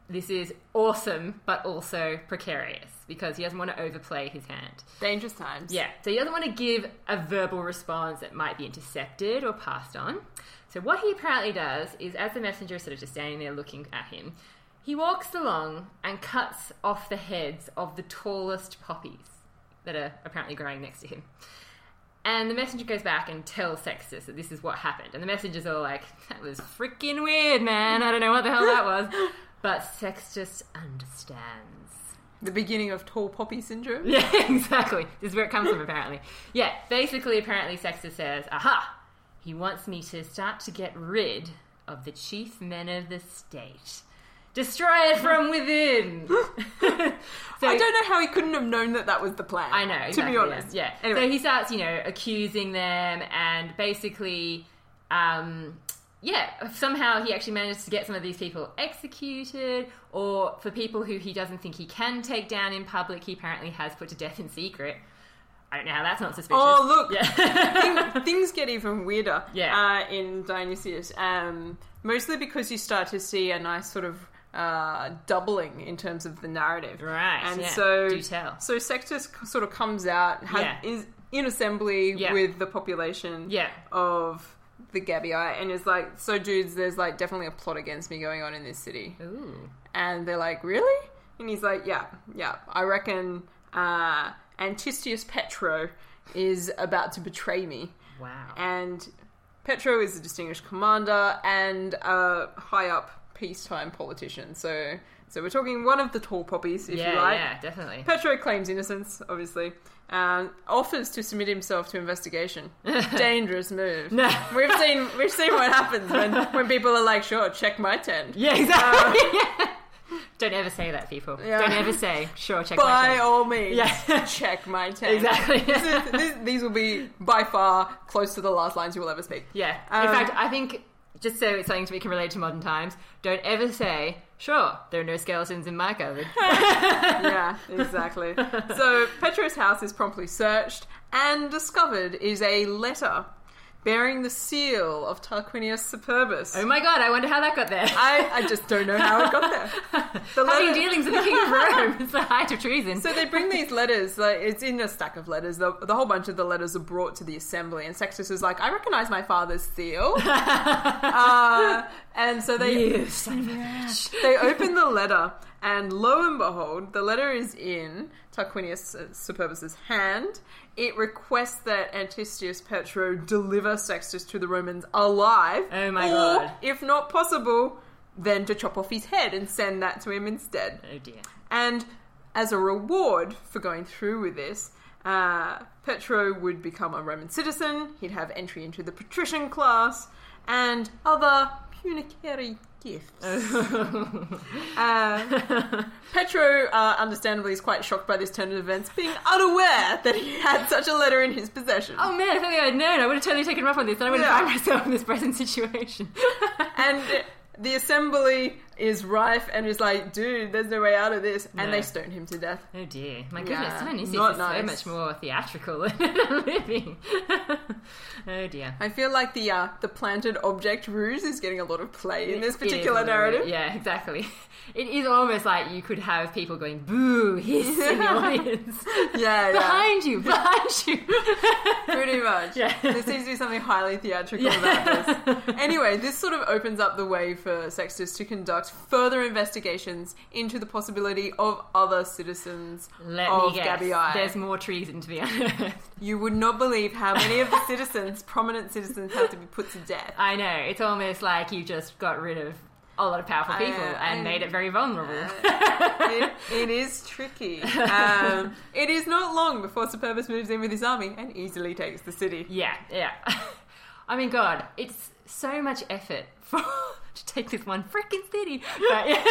Speaker 1: this is awesome, but also precarious because he doesn't want to overplay his hand.
Speaker 2: Dangerous times.
Speaker 1: Yeah. So he doesn't want to give a verbal response that might be intercepted or passed on. So what he apparently does is, as the messenger is sort of just standing there looking at him, he walks along and cuts off the heads of the tallest poppies that are apparently growing next to him. And the messenger goes back and tells Sextus that this is what happened. And the messengers are like, that was freaking weird, man. I don't know what the hell that was. But Sextus understands.
Speaker 2: The beginning of tall poppy syndrome.
Speaker 1: Yeah, exactly. This is where it comes from, apparently. Yeah, basically, apparently, Sextus says, aha, he wants me to start to get rid of the chief men of the state. Destroy it from within. so,
Speaker 2: I don't know how he couldn't have known that that was the plan.
Speaker 1: I know. Exactly,
Speaker 2: to be honest,
Speaker 1: yeah. yeah.
Speaker 2: Anyway,
Speaker 1: So he starts, you know, accusing them, and basically, um, yeah, somehow he actually manages to get some of these people executed, or for people who he doesn't think he can take down in public, he apparently has put to death in secret. I don't know how that's not suspicious.
Speaker 2: Oh, look.
Speaker 1: Yeah.
Speaker 2: thing- things get even weirder.
Speaker 1: Yeah.
Speaker 2: Uh, in Dionysius, um, mostly because you start to see a nice sort of. Uh, doubling in terms of the narrative,
Speaker 1: Right,
Speaker 2: And
Speaker 1: yeah.
Speaker 2: so,
Speaker 1: Do tell.
Speaker 2: so Sextus c- sort of comes out, has,
Speaker 1: Yeah.
Speaker 2: is in assembly
Speaker 1: Yeah.
Speaker 2: with the population
Speaker 1: Yeah.
Speaker 2: of the Gabii, and is like, "So, dudes, there's like definitely a plot against me going on in this city."
Speaker 1: Ooh.
Speaker 2: And they're like, really? And he's like, yeah, yeah. I reckon uh, Antistius Petro is about to betray me.
Speaker 1: Wow.
Speaker 2: And Petro is a distinguished commander and a high up peacetime politician. So, so we're talking one of the tall poppies, if
Speaker 1: yeah,
Speaker 2: you like.
Speaker 1: yeah, definitely.
Speaker 2: Petro claims innocence, obviously, and offers to submit himself to investigation. Dangerous move.
Speaker 1: No.
Speaker 2: We've seen we've seen what happens when, when people are like, sure, check my tent.
Speaker 1: yeah, exactly. Don't ever say that, people.
Speaker 2: Yeah.
Speaker 1: Don't ever say. Sure, check my
Speaker 2: by
Speaker 1: phone.
Speaker 2: all means,
Speaker 1: Yeah.
Speaker 2: check my tent.
Speaker 1: Exactly.
Speaker 2: This is- this- these will be by far close to the last lines you will ever speak.
Speaker 1: Yeah.
Speaker 2: Um,
Speaker 1: In fact, I think just so it's something we can relate to modern times. Don't ever say, "Sure, there are no skeletons in my cupboard."
Speaker 2: yeah, exactly. So Petro's house is promptly searched and discovered is a letter bearing the seal of Tarquinius Superbus.
Speaker 1: oh my god! I wonder how that got there.
Speaker 2: I, I just don't know how it got there. The
Speaker 1: Having
Speaker 2: letter-
Speaker 1: dealings with the king of Rome is the height of treason.
Speaker 2: So they bring these letters. Like it's in a stack of letters. The, the whole bunch of the letters are brought to the assembly, and Sextus is like, "I recognize my father's seal." uh, and so they
Speaker 1: you son of a bitch.
Speaker 2: they open the letter, and lo and behold, the letter is in Tarquinius Superbus's hand. It requests that Antistius Petro deliver Sextus to the Romans alive.
Speaker 1: Oh my
Speaker 2: or,
Speaker 1: God.
Speaker 2: If not possible, then to chop off his head and send that to him instead.
Speaker 1: Oh dear.
Speaker 2: And as a reward for going through with this, uh, Petro would become a Roman citizen, he'd have entry into the patrician class, and other punicary gifts.
Speaker 1: Oh
Speaker 2: uh, Petro, uh, understandably, is quite shocked by this turn of events, being unaware that he had such a letter in his possession.
Speaker 1: Oh man, if only I'd known, I would have totally taken him up on this, and I would
Speaker 2: Yeah.
Speaker 1: have found myself in this present situation.
Speaker 2: And the assembly is rife and is like, dude, there's no way out of this, and
Speaker 1: No.
Speaker 2: they stone him to death.
Speaker 1: Oh dear. My goodness,
Speaker 2: Yeah,
Speaker 1: Tyrannus is
Speaker 2: not
Speaker 1: so
Speaker 2: nice.
Speaker 1: much more theatrical than a living. oh dear.
Speaker 2: I feel like the uh, the planted object ruse is getting a lot of play in
Speaker 1: It
Speaker 2: this
Speaker 1: is
Speaker 2: particular
Speaker 1: a little bit-
Speaker 2: narrative.
Speaker 1: Yeah, exactly. It is almost like you could have people going boo hiss in the audience.
Speaker 2: Yeah, yeah,
Speaker 1: behind you, behind you.
Speaker 2: pretty much.
Speaker 1: Yeah.
Speaker 2: There seems to be something highly theatrical about this.
Speaker 1: Yeah.
Speaker 2: Anyway, this sort of opens up the way for Sextus to conduct further investigations into the possibility of other citizens
Speaker 1: Let
Speaker 2: of
Speaker 1: me guess.
Speaker 2: Gabii.
Speaker 1: There's more treason to be unearthed.
Speaker 2: You would not believe how many of the citizens, prominent citizens, have to be put to death.
Speaker 1: I know. It's almost like you just got rid of a lot of powerful
Speaker 2: I-
Speaker 1: people and
Speaker 2: I-
Speaker 1: made it very vulnerable.
Speaker 2: It, it is tricky. Um, it is not long before Superbus moves in with his army and easily takes the city.
Speaker 1: Yeah, yeah. I mean, God, it's so much effort for to take this one freaking city. But, yeah.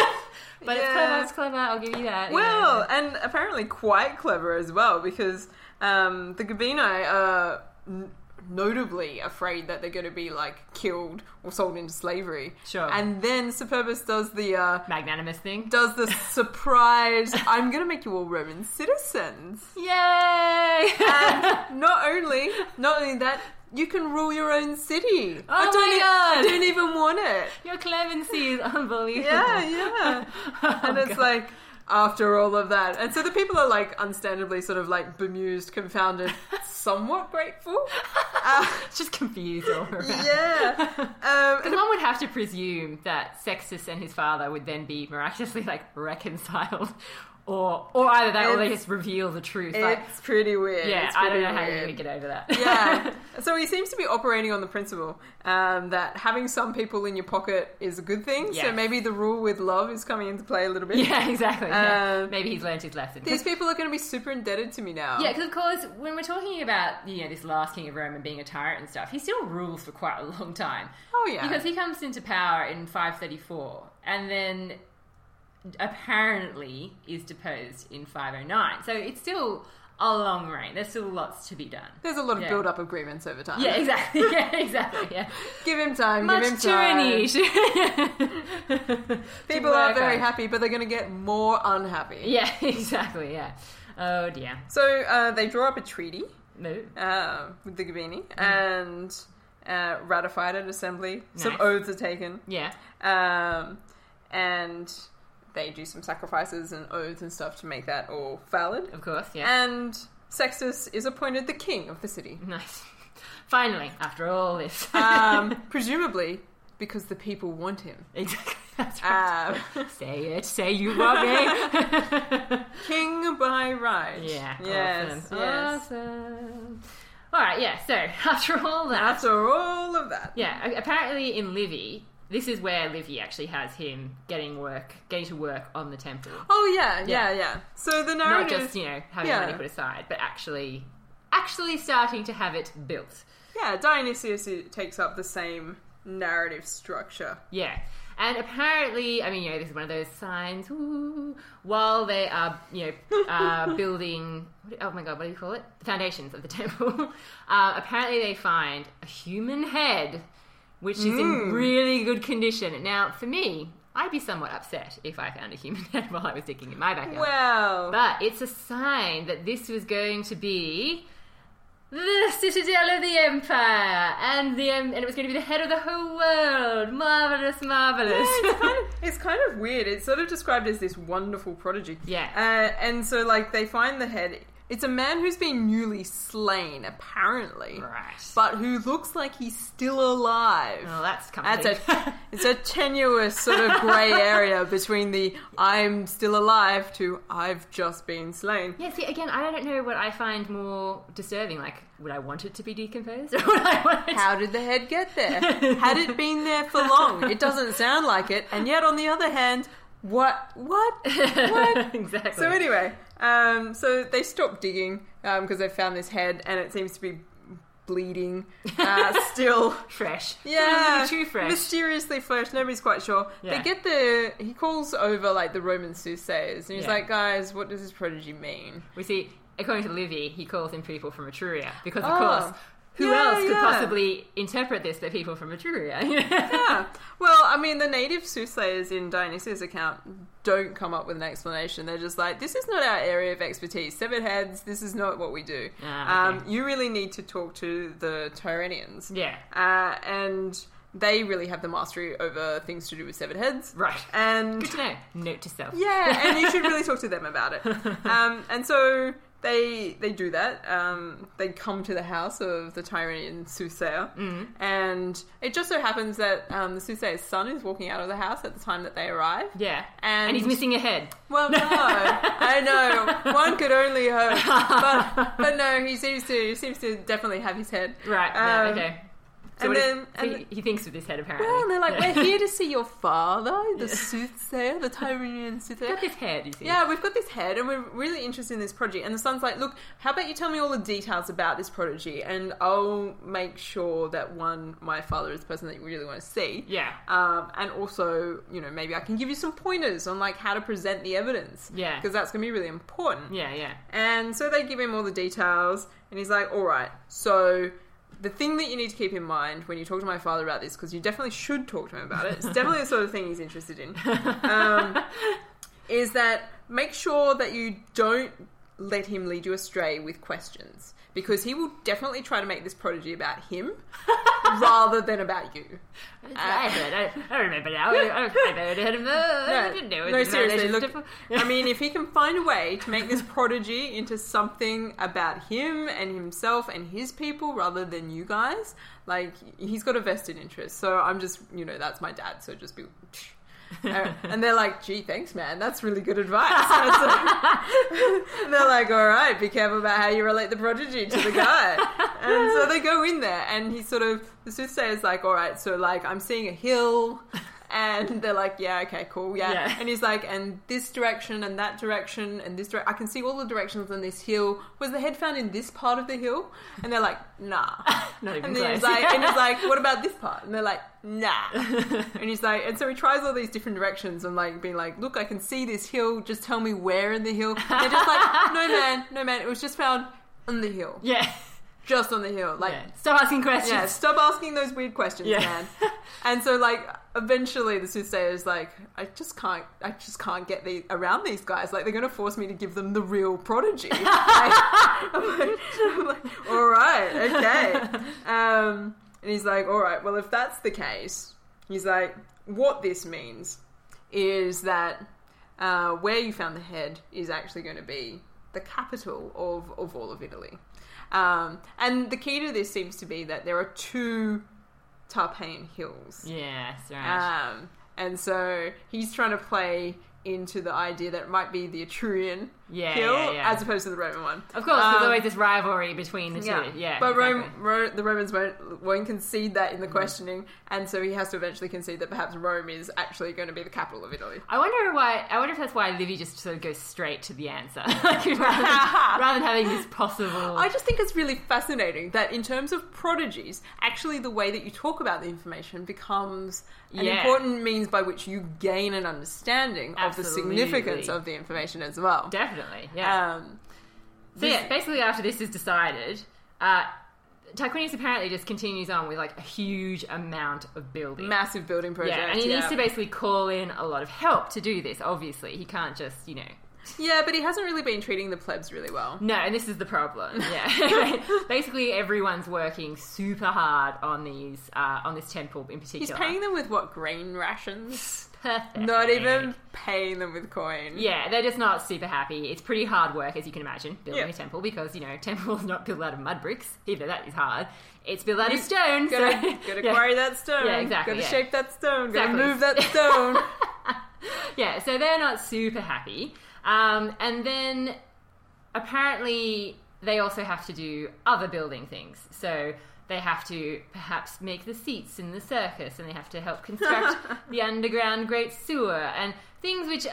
Speaker 1: but it's clever.
Speaker 2: Yeah.
Speaker 1: It's clever. I'll give you that. you
Speaker 2: Well,
Speaker 1: know.
Speaker 2: and apparently quite clever as well, because um, the Gabini are n- notably afraid that they're going to be like killed or sold into slavery.
Speaker 1: Sure.
Speaker 2: And then Superbus does the uh,
Speaker 1: magnanimous thing.
Speaker 2: does the surprise. I'm going to make you all Roman citizens.
Speaker 1: Yay!
Speaker 2: And not only, not only that, you can rule your own city.
Speaker 1: Oh
Speaker 2: I don't
Speaker 1: my
Speaker 2: e-
Speaker 1: God.
Speaker 2: I don't even want it.
Speaker 1: Your clemency is unbelievable.
Speaker 2: Yeah, yeah.
Speaker 1: Oh,
Speaker 2: And it's
Speaker 1: God.
Speaker 2: like after all of that, and so the people are like, understandably, sort of like bemused, confounded, somewhat grateful. Uh,
Speaker 1: It's just confused all around.
Speaker 2: yeah. Um, and
Speaker 1: Because one would have to presume that Sextus and his father would then be miraculously like reconciled, or or either that, or they
Speaker 2: It's-
Speaker 1: just reveal the truth. Like,
Speaker 2: it's pretty weird.
Speaker 1: yeah,
Speaker 2: It's
Speaker 1: I don't
Speaker 2: pretty
Speaker 1: know how you're
Speaker 2: weird.
Speaker 1: gonna get over that.
Speaker 2: yeah. So he seems to be operating on the principle um, that having some people in your pocket is a good thing. So
Speaker 1: Yes.
Speaker 2: maybe the rule with love is coming into play a little bit.
Speaker 1: yeah, exactly. yeah.
Speaker 2: Um,
Speaker 1: Maybe he's learned his lesson.
Speaker 2: These people are going to be super indebted to me now.
Speaker 1: Yeah, because of course, when we're talking about you know this last king of Rome and being a tyrant and stuff, he still rules for quite a long time.
Speaker 2: Oh yeah.
Speaker 1: Because he comes into power in 534 and then apparently is deposed in 509. So it's still a long reign. There's still lots to be done.
Speaker 2: There's a lot of
Speaker 1: Yeah.
Speaker 2: build-up of grievance over time.
Speaker 1: Yeah, exactly. Yeah, exactly. Yeah.
Speaker 2: Give him time.
Speaker 1: Much
Speaker 2: give him
Speaker 1: tyranny.
Speaker 2: time.
Speaker 1: to
Speaker 2: People are
Speaker 1: work
Speaker 2: very
Speaker 1: on.
Speaker 2: happy, but they're going to get more unhappy.
Speaker 1: Yeah, exactly. Yeah. Oh dear.
Speaker 2: So uh, they draw up a treaty
Speaker 1: Move.
Speaker 2: uh, with the Gabini
Speaker 1: Mm-hmm.
Speaker 2: and uh, ratified at assembly. Some
Speaker 1: Nice.
Speaker 2: oaths are taken.
Speaker 1: Yeah.
Speaker 2: um, and they do some sacrifices and oaths and stuff to make that all valid.
Speaker 1: Of course.
Speaker 2: Uh,
Speaker 1: Yeah.
Speaker 2: And Sextus is appointed the king of the city,
Speaker 1: nice. Finally, after all this.
Speaker 2: um, presumably because the people want him.
Speaker 1: exactly. That's right.
Speaker 2: Um,
Speaker 1: say it. Say you want me.
Speaker 2: king by right.
Speaker 1: Yeah.
Speaker 2: Yes.
Speaker 1: Awesome.
Speaker 2: yes.
Speaker 1: Awesome. All right. Yeah. So after all that,
Speaker 2: After all of that,
Speaker 1: yeah. a- Apparently in Livy, this is where Livy actually has him getting work, getting to work on the temple,
Speaker 2: Oh yeah, yeah,
Speaker 1: Yeah.
Speaker 2: yeah. So the
Speaker 1: not
Speaker 2: narrative,
Speaker 1: just you know having
Speaker 2: yeah.
Speaker 1: money put aside, but actually, actually starting to have it built.
Speaker 2: yeah, Dionysius i- takes up the same narrative structure.
Speaker 1: Yeah. And apparently, I mean, you know, this is one of those signs. Ooh, while they are, you know, uh, building, what do- oh my god, what do you call it? The foundations of the temple. Uh, apparently, they find a human head, which is in really good condition. Now, for me, I'd be somewhat upset if I found a human head while I was digging in my backyard.
Speaker 2: Well,
Speaker 1: But it's a sign that this was going to be the citadel of the empire, and the um, and it was going to be the head of the whole world. Marvelous, marvelous.
Speaker 2: it's, kind of, it's kind of weird. It's sort of described as this wonderful prodigy.
Speaker 1: Yeah.
Speaker 2: Uh, and so, like, they find the head. It's a man who's been newly slain, apparently,
Speaker 1: right.
Speaker 2: but who looks like he's still alive.
Speaker 1: well, that's coming.
Speaker 2: That's a it's a tenuous sort of grey area between the I'm still alive to I've just been slain.
Speaker 1: yeah. See, again, I don't know what I find more disturbing. Like, would I want it to be decomposed, or would I want it? to-
Speaker 2: How did the head get there? Had it been there for long? It doesn't sound like it. And yet, on the other hand, what? What? What?
Speaker 1: exactly.
Speaker 2: so anyway, um, so they stopped digging because they found this head, and it seems to be bleeding uh, still.
Speaker 1: fresh.
Speaker 2: Yeah,
Speaker 1: too fresh.
Speaker 2: Mysteriously fresh. Nobody's quite sure.
Speaker 1: Yeah.
Speaker 2: They get the. He calls over like the Roman soothsayers, and he's
Speaker 1: Yeah.
Speaker 2: like, "Guys, what does this prodigy mean?"
Speaker 1: We see, according to Livy, he calls in people from Etruria because, of
Speaker 2: Oh.
Speaker 1: course, who
Speaker 2: Yeah,
Speaker 1: else could
Speaker 2: yeah.
Speaker 1: possibly interpret this but people from Etruria?
Speaker 2: Yeah. Ah, Well, I mean, the native soothsayers in Dionysius' account don't come up with an explanation. They're just like, this is not our area of expertise. Severed heads, this is not what we do.
Speaker 1: Ah, okay.
Speaker 2: um, you really need to talk to the Tyranians.
Speaker 1: yeah.
Speaker 2: Uh, and they really have the mastery over things to do with severed heads.
Speaker 1: Right.
Speaker 2: And
Speaker 1: Good to know. Note to self.
Speaker 2: yeah, and you should really talk to them about it. Um, and so they they do that. Um, they come to the house of the Tyrian soothsayer,
Speaker 1: Mm.
Speaker 2: and it just so happens that um, the soothsayer's son is walking out of the house at the time that they arrive.
Speaker 1: Yeah.
Speaker 2: And-
Speaker 1: he's missing a head.
Speaker 2: Well, no, I know one could only hope, but, but no, he seems to seems to definitely have his head
Speaker 1: Right. yeah,
Speaker 2: Um,
Speaker 1: okay.
Speaker 2: and
Speaker 1: what is-
Speaker 2: then- and
Speaker 1: he, he thinks with his head apparently.
Speaker 2: Well, and they're like,
Speaker 1: Yeah.
Speaker 2: we're here to see your father, the soothsayer, the Tyrian soothsayer.
Speaker 1: Look at his head. You see.
Speaker 2: Yeah, we've got this head and we're really interested in this prodigy. And the son's like, look, how about you tell me all the details about this prodigy and I'll make sure that one, my father is the person that you really want to see.
Speaker 1: Yeah.
Speaker 2: Um, and also, you know, maybe I can give you some pointers on like how to present the evidence.
Speaker 1: Yeah.
Speaker 2: Because that's going to be really important.
Speaker 1: Yeah. Yeah.
Speaker 2: And so they give him all the details, and he's like, all right, so the thing that you need to keep in mind when you talk to my father about this, because you definitely should talk to him about it, it's definitely the sort of thing he's interested in, um, is that make sure that you don't let him lead you astray with questions. Because he will definitely try to make this prodigy about him rather than about you. Uh,
Speaker 1: That's what I heard. I, I remember now. I, I heard him. No, I didn't know. it
Speaker 2: no,
Speaker 1: was
Speaker 2: seriously. Look,
Speaker 1: different.
Speaker 2: I mean, if he can find a way to make this prodigy into something about him and himself and his people rather than you guys, like he's got a vested interest. So I'm just, you know, that's my dad. So just be. Uh, and they're like, gee, thanks, man. That's really good advice. And they're like, all right, be careful about how you relate the prodigy to the guy. and so they go in there, and he sort of, the soothsayer's like, all right, so like, I'm seeing a hill. And they're like, yeah, okay, cool, yeah.
Speaker 1: Yeah.
Speaker 2: And he's like, and this direction, and that direction, and this direction. I can see all the directions on this hill. Was the head found in this part of the hill? And they're like, nah.
Speaker 1: Not even
Speaker 2: And then he's
Speaker 1: close.
Speaker 2: like, and he's like, what about this part? And they're like, nah. and he's like, and so he tries all these different directions and like being like, look, I can see this hill. Just tell me where in the hill. They're just like, no man, no man. It was just found on the hill,
Speaker 1: yeah.
Speaker 2: just on the hill. Like,
Speaker 1: yeah. Stop asking questions.
Speaker 2: yeah, stop asking those weird questions,
Speaker 1: Yeah.
Speaker 2: man. And so like eventually the soothsayer is like, I just can't I just can't get the around these guys. Like they're gonna force me to give them the real prodigy. Like, I'm like- I'm like, all right, okay. Um, and he's like, All right, well if that's the case, he's like, what this means is that uh, where you found the head is actually going to be the capital of, of all of Italy. Um, and the key to this seems to be that there are two Tarpeian hills.
Speaker 1: Yes. Right.
Speaker 2: Um, and so he's trying to play into the idea that it might be the Etrurian
Speaker 1: Yeah,
Speaker 2: hill
Speaker 1: yeah, yeah.
Speaker 2: as opposed to the Roman one.
Speaker 1: of course, there's
Speaker 2: um,
Speaker 1: always this rivalry between the two. Yeah. exactly.
Speaker 2: but
Speaker 1: Mm.
Speaker 2: Rome, Ro- the Romans won't, won't concede that in the questioning, and so he has to eventually concede that perhaps Rome is actually going to be the capital of Italy.
Speaker 1: I wonder why. I wonder if that's why Livy just sort of goes straight to the answer, like, rather, than, rather than having this possible.
Speaker 2: I just think it's really fascinating that in terms of prodigies, actually the way that you talk about the information becomes an
Speaker 1: Yeah.
Speaker 2: important means by which you gain an understanding of
Speaker 1: Absolutely.
Speaker 2: the significance of the information as well.
Speaker 1: Definitely. Yeah.
Speaker 2: Um,
Speaker 1: so yeah, basically after this is decided, uh, Tarquinius apparently just continues on with like a huge amount of building.
Speaker 2: massive building project.
Speaker 1: yeah, and he needs to basically call in a lot of help to do this. Obviously, he can't just you know.
Speaker 2: Yeah, but he hasn't really been treating the plebs really well.
Speaker 1: No, and this is the problem. Yeah, basically everyone's working super hard on these uh, on this temple in
Speaker 2: He's
Speaker 1: particular.
Speaker 2: paying them with what grain rations?
Speaker 1: Perfect.
Speaker 2: Not even paying them with coin.
Speaker 1: Yeah, they're just not super happy. It's pretty hard work, as you can imagine, building
Speaker 2: Yeah.
Speaker 1: a temple because you know temple's not built out of mud bricks, even though that is hard. It's built out of
Speaker 2: You
Speaker 1: stone.
Speaker 2: Gotta,
Speaker 1: so,
Speaker 2: gotta
Speaker 1: yeah.
Speaker 2: quarry that stone.
Speaker 1: Yeah, exactly,
Speaker 2: Gotta
Speaker 1: yeah.
Speaker 2: shape that stone.
Speaker 1: Exactly.
Speaker 2: Gotta move that stone.
Speaker 1: Yeah, so they're not super happy. Um, and then apparently they also have to do other building things. So they have to perhaps make the seats in the circus and they have to help construct the underground great sewer and things which uh,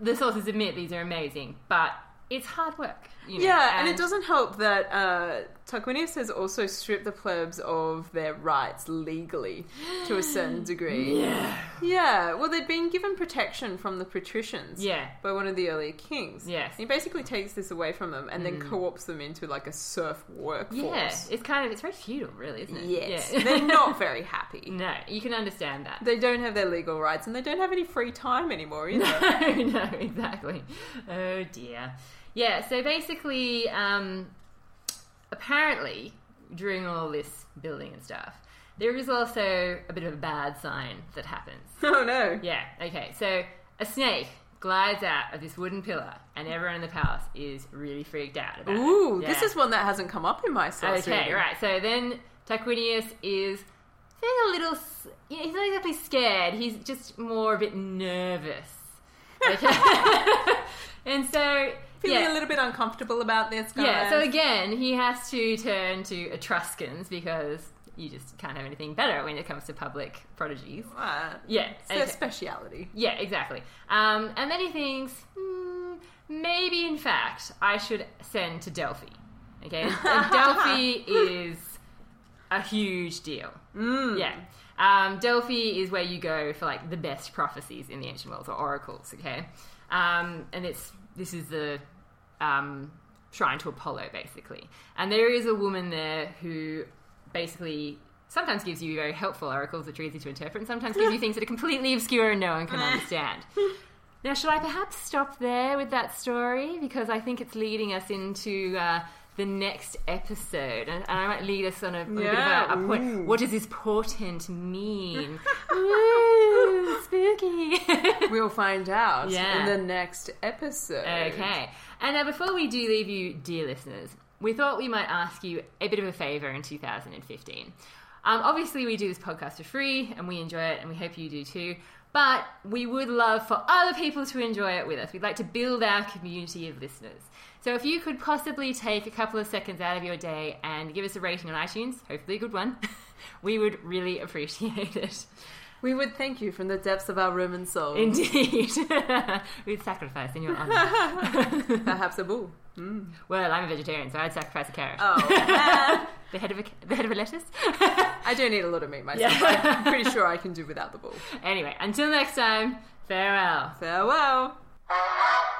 Speaker 1: the sources admit these are amazing, but it's hard work. You know,
Speaker 2: Yeah, and, it doesn't help that uh, Tarquinius has also stripped the plebs of their rights legally to a certain degree.
Speaker 1: Yeah.
Speaker 2: Yeah, well, they'd been given protection from the patricians
Speaker 1: Yeah.
Speaker 2: by one of the earlier kings.
Speaker 1: Yes.
Speaker 2: He basically takes this away from them and then co opts them into like a serf
Speaker 1: Mm. Yeah.
Speaker 2: workforce.
Speaker 1: It's kind of it's very feudal, really, isn't it?
Speaker 2: Yes.
Speaker 1: Yeah.
Speaker 2: They're not very happy.
Speaker 1: no, you can understand that.
Speaker 2: They don't have their legal rights and they don't have any free time anymore either.
Speaker 1: no, no, exactly. Oh dear. Yeah, so basically, um, apparently, during all this building and stuff, there is also a bit of a bad sign that happens.
Speaker 2: oh no.
Speaker 1: Yeah, okay, so a snake glides out of this wooden pillar, and everyone in the palace is really freaked out about it.
Speaker 2: Ooh, this
Speaker 1: Yeah.
Speaker 2: is one that hasn't come up in my source.
Speaker 1: Okay,
Speaker 2: reading.
Speaker 1: right. So then Tarquinius is feeling a little. s- You know, he's not exactly scared. He's just more a bit nervous. Okay. and so.
Speaker 2: Feeling
Speaker 1: yeah.
Speaker 2: a little bit uncomfortable about this, guys.
Speaker 1: yeah, so again, he has to turn to Etruscans because you just can't have anything better when it comes to public prodigies.
Speaker 2: Ah,
Speaker 1: Yeah,
Speaker 2: it's their
Speaker 1: okay.
Speaker 2: speciality.
Speaker 1: yeah, exactly. Um, and then he thinks, hmm, maybe in fact I should send to Delphi. Okay, and Delphi is a huge deal.
Speaker 2: Mm.
Speaker 1: Yeah. Um, Delphi is where you go for like the best prophecies in the ancient world, or oracles. Okay, um, and it's this is the um, shrine to Apollo, basically. And there is a woman there who basically sometimes gives you very helpful oracles that are easy to interpret, and sometimes gives you things that are completely obscure and no one can understand. Now, should I perhaps stop there with that story because I think it's leading us into. Uh, the next episode, and, and I might lead us on a, on a
Speaker 2: Yeah,
Speaker 1: bit of a, a point.
Speaker 2: ooh.
Speaker 1: What does this portent mean? Ooh, spooky.
Speaker 2: We'll find out
Speaker 1: Yeah.
Speaker 2: in the next episode.
Speaker 1: okay. And now, before we do leave you, dear listeners, we thought we might ask you a bit of a favour in 2015. Um, obviously, we do this podcast for free and we enjoy it, and we hope you do too. But we would love for other people to enjoy it with us. We'd like to build our community of listeners. So, if you could possibly take a couple of seconds out of your day and give us a rating on iTunes, hopefully a good one, we would really appreciate it.
Speaker 2: We would thank you from the depths of our Roman soul.
Speaker 1: Indeed. We'd sacrifice in your honour.
Speaker 2: Perhaps a bull.
Speaker 1: well, I'm a vegetarian, so I'd sacrifice a carrot.
Speaker 2: Oh, man.
Speaker 1: The head of a, the head of a lettuce?
Speaker 2: I don't need a lot of meat myself. I'm pretty sure I can do without the bull.
Speaker 1: anyway, until next time, farewell.
Speaker 2: Farewell.
Speaker 3: Thank you.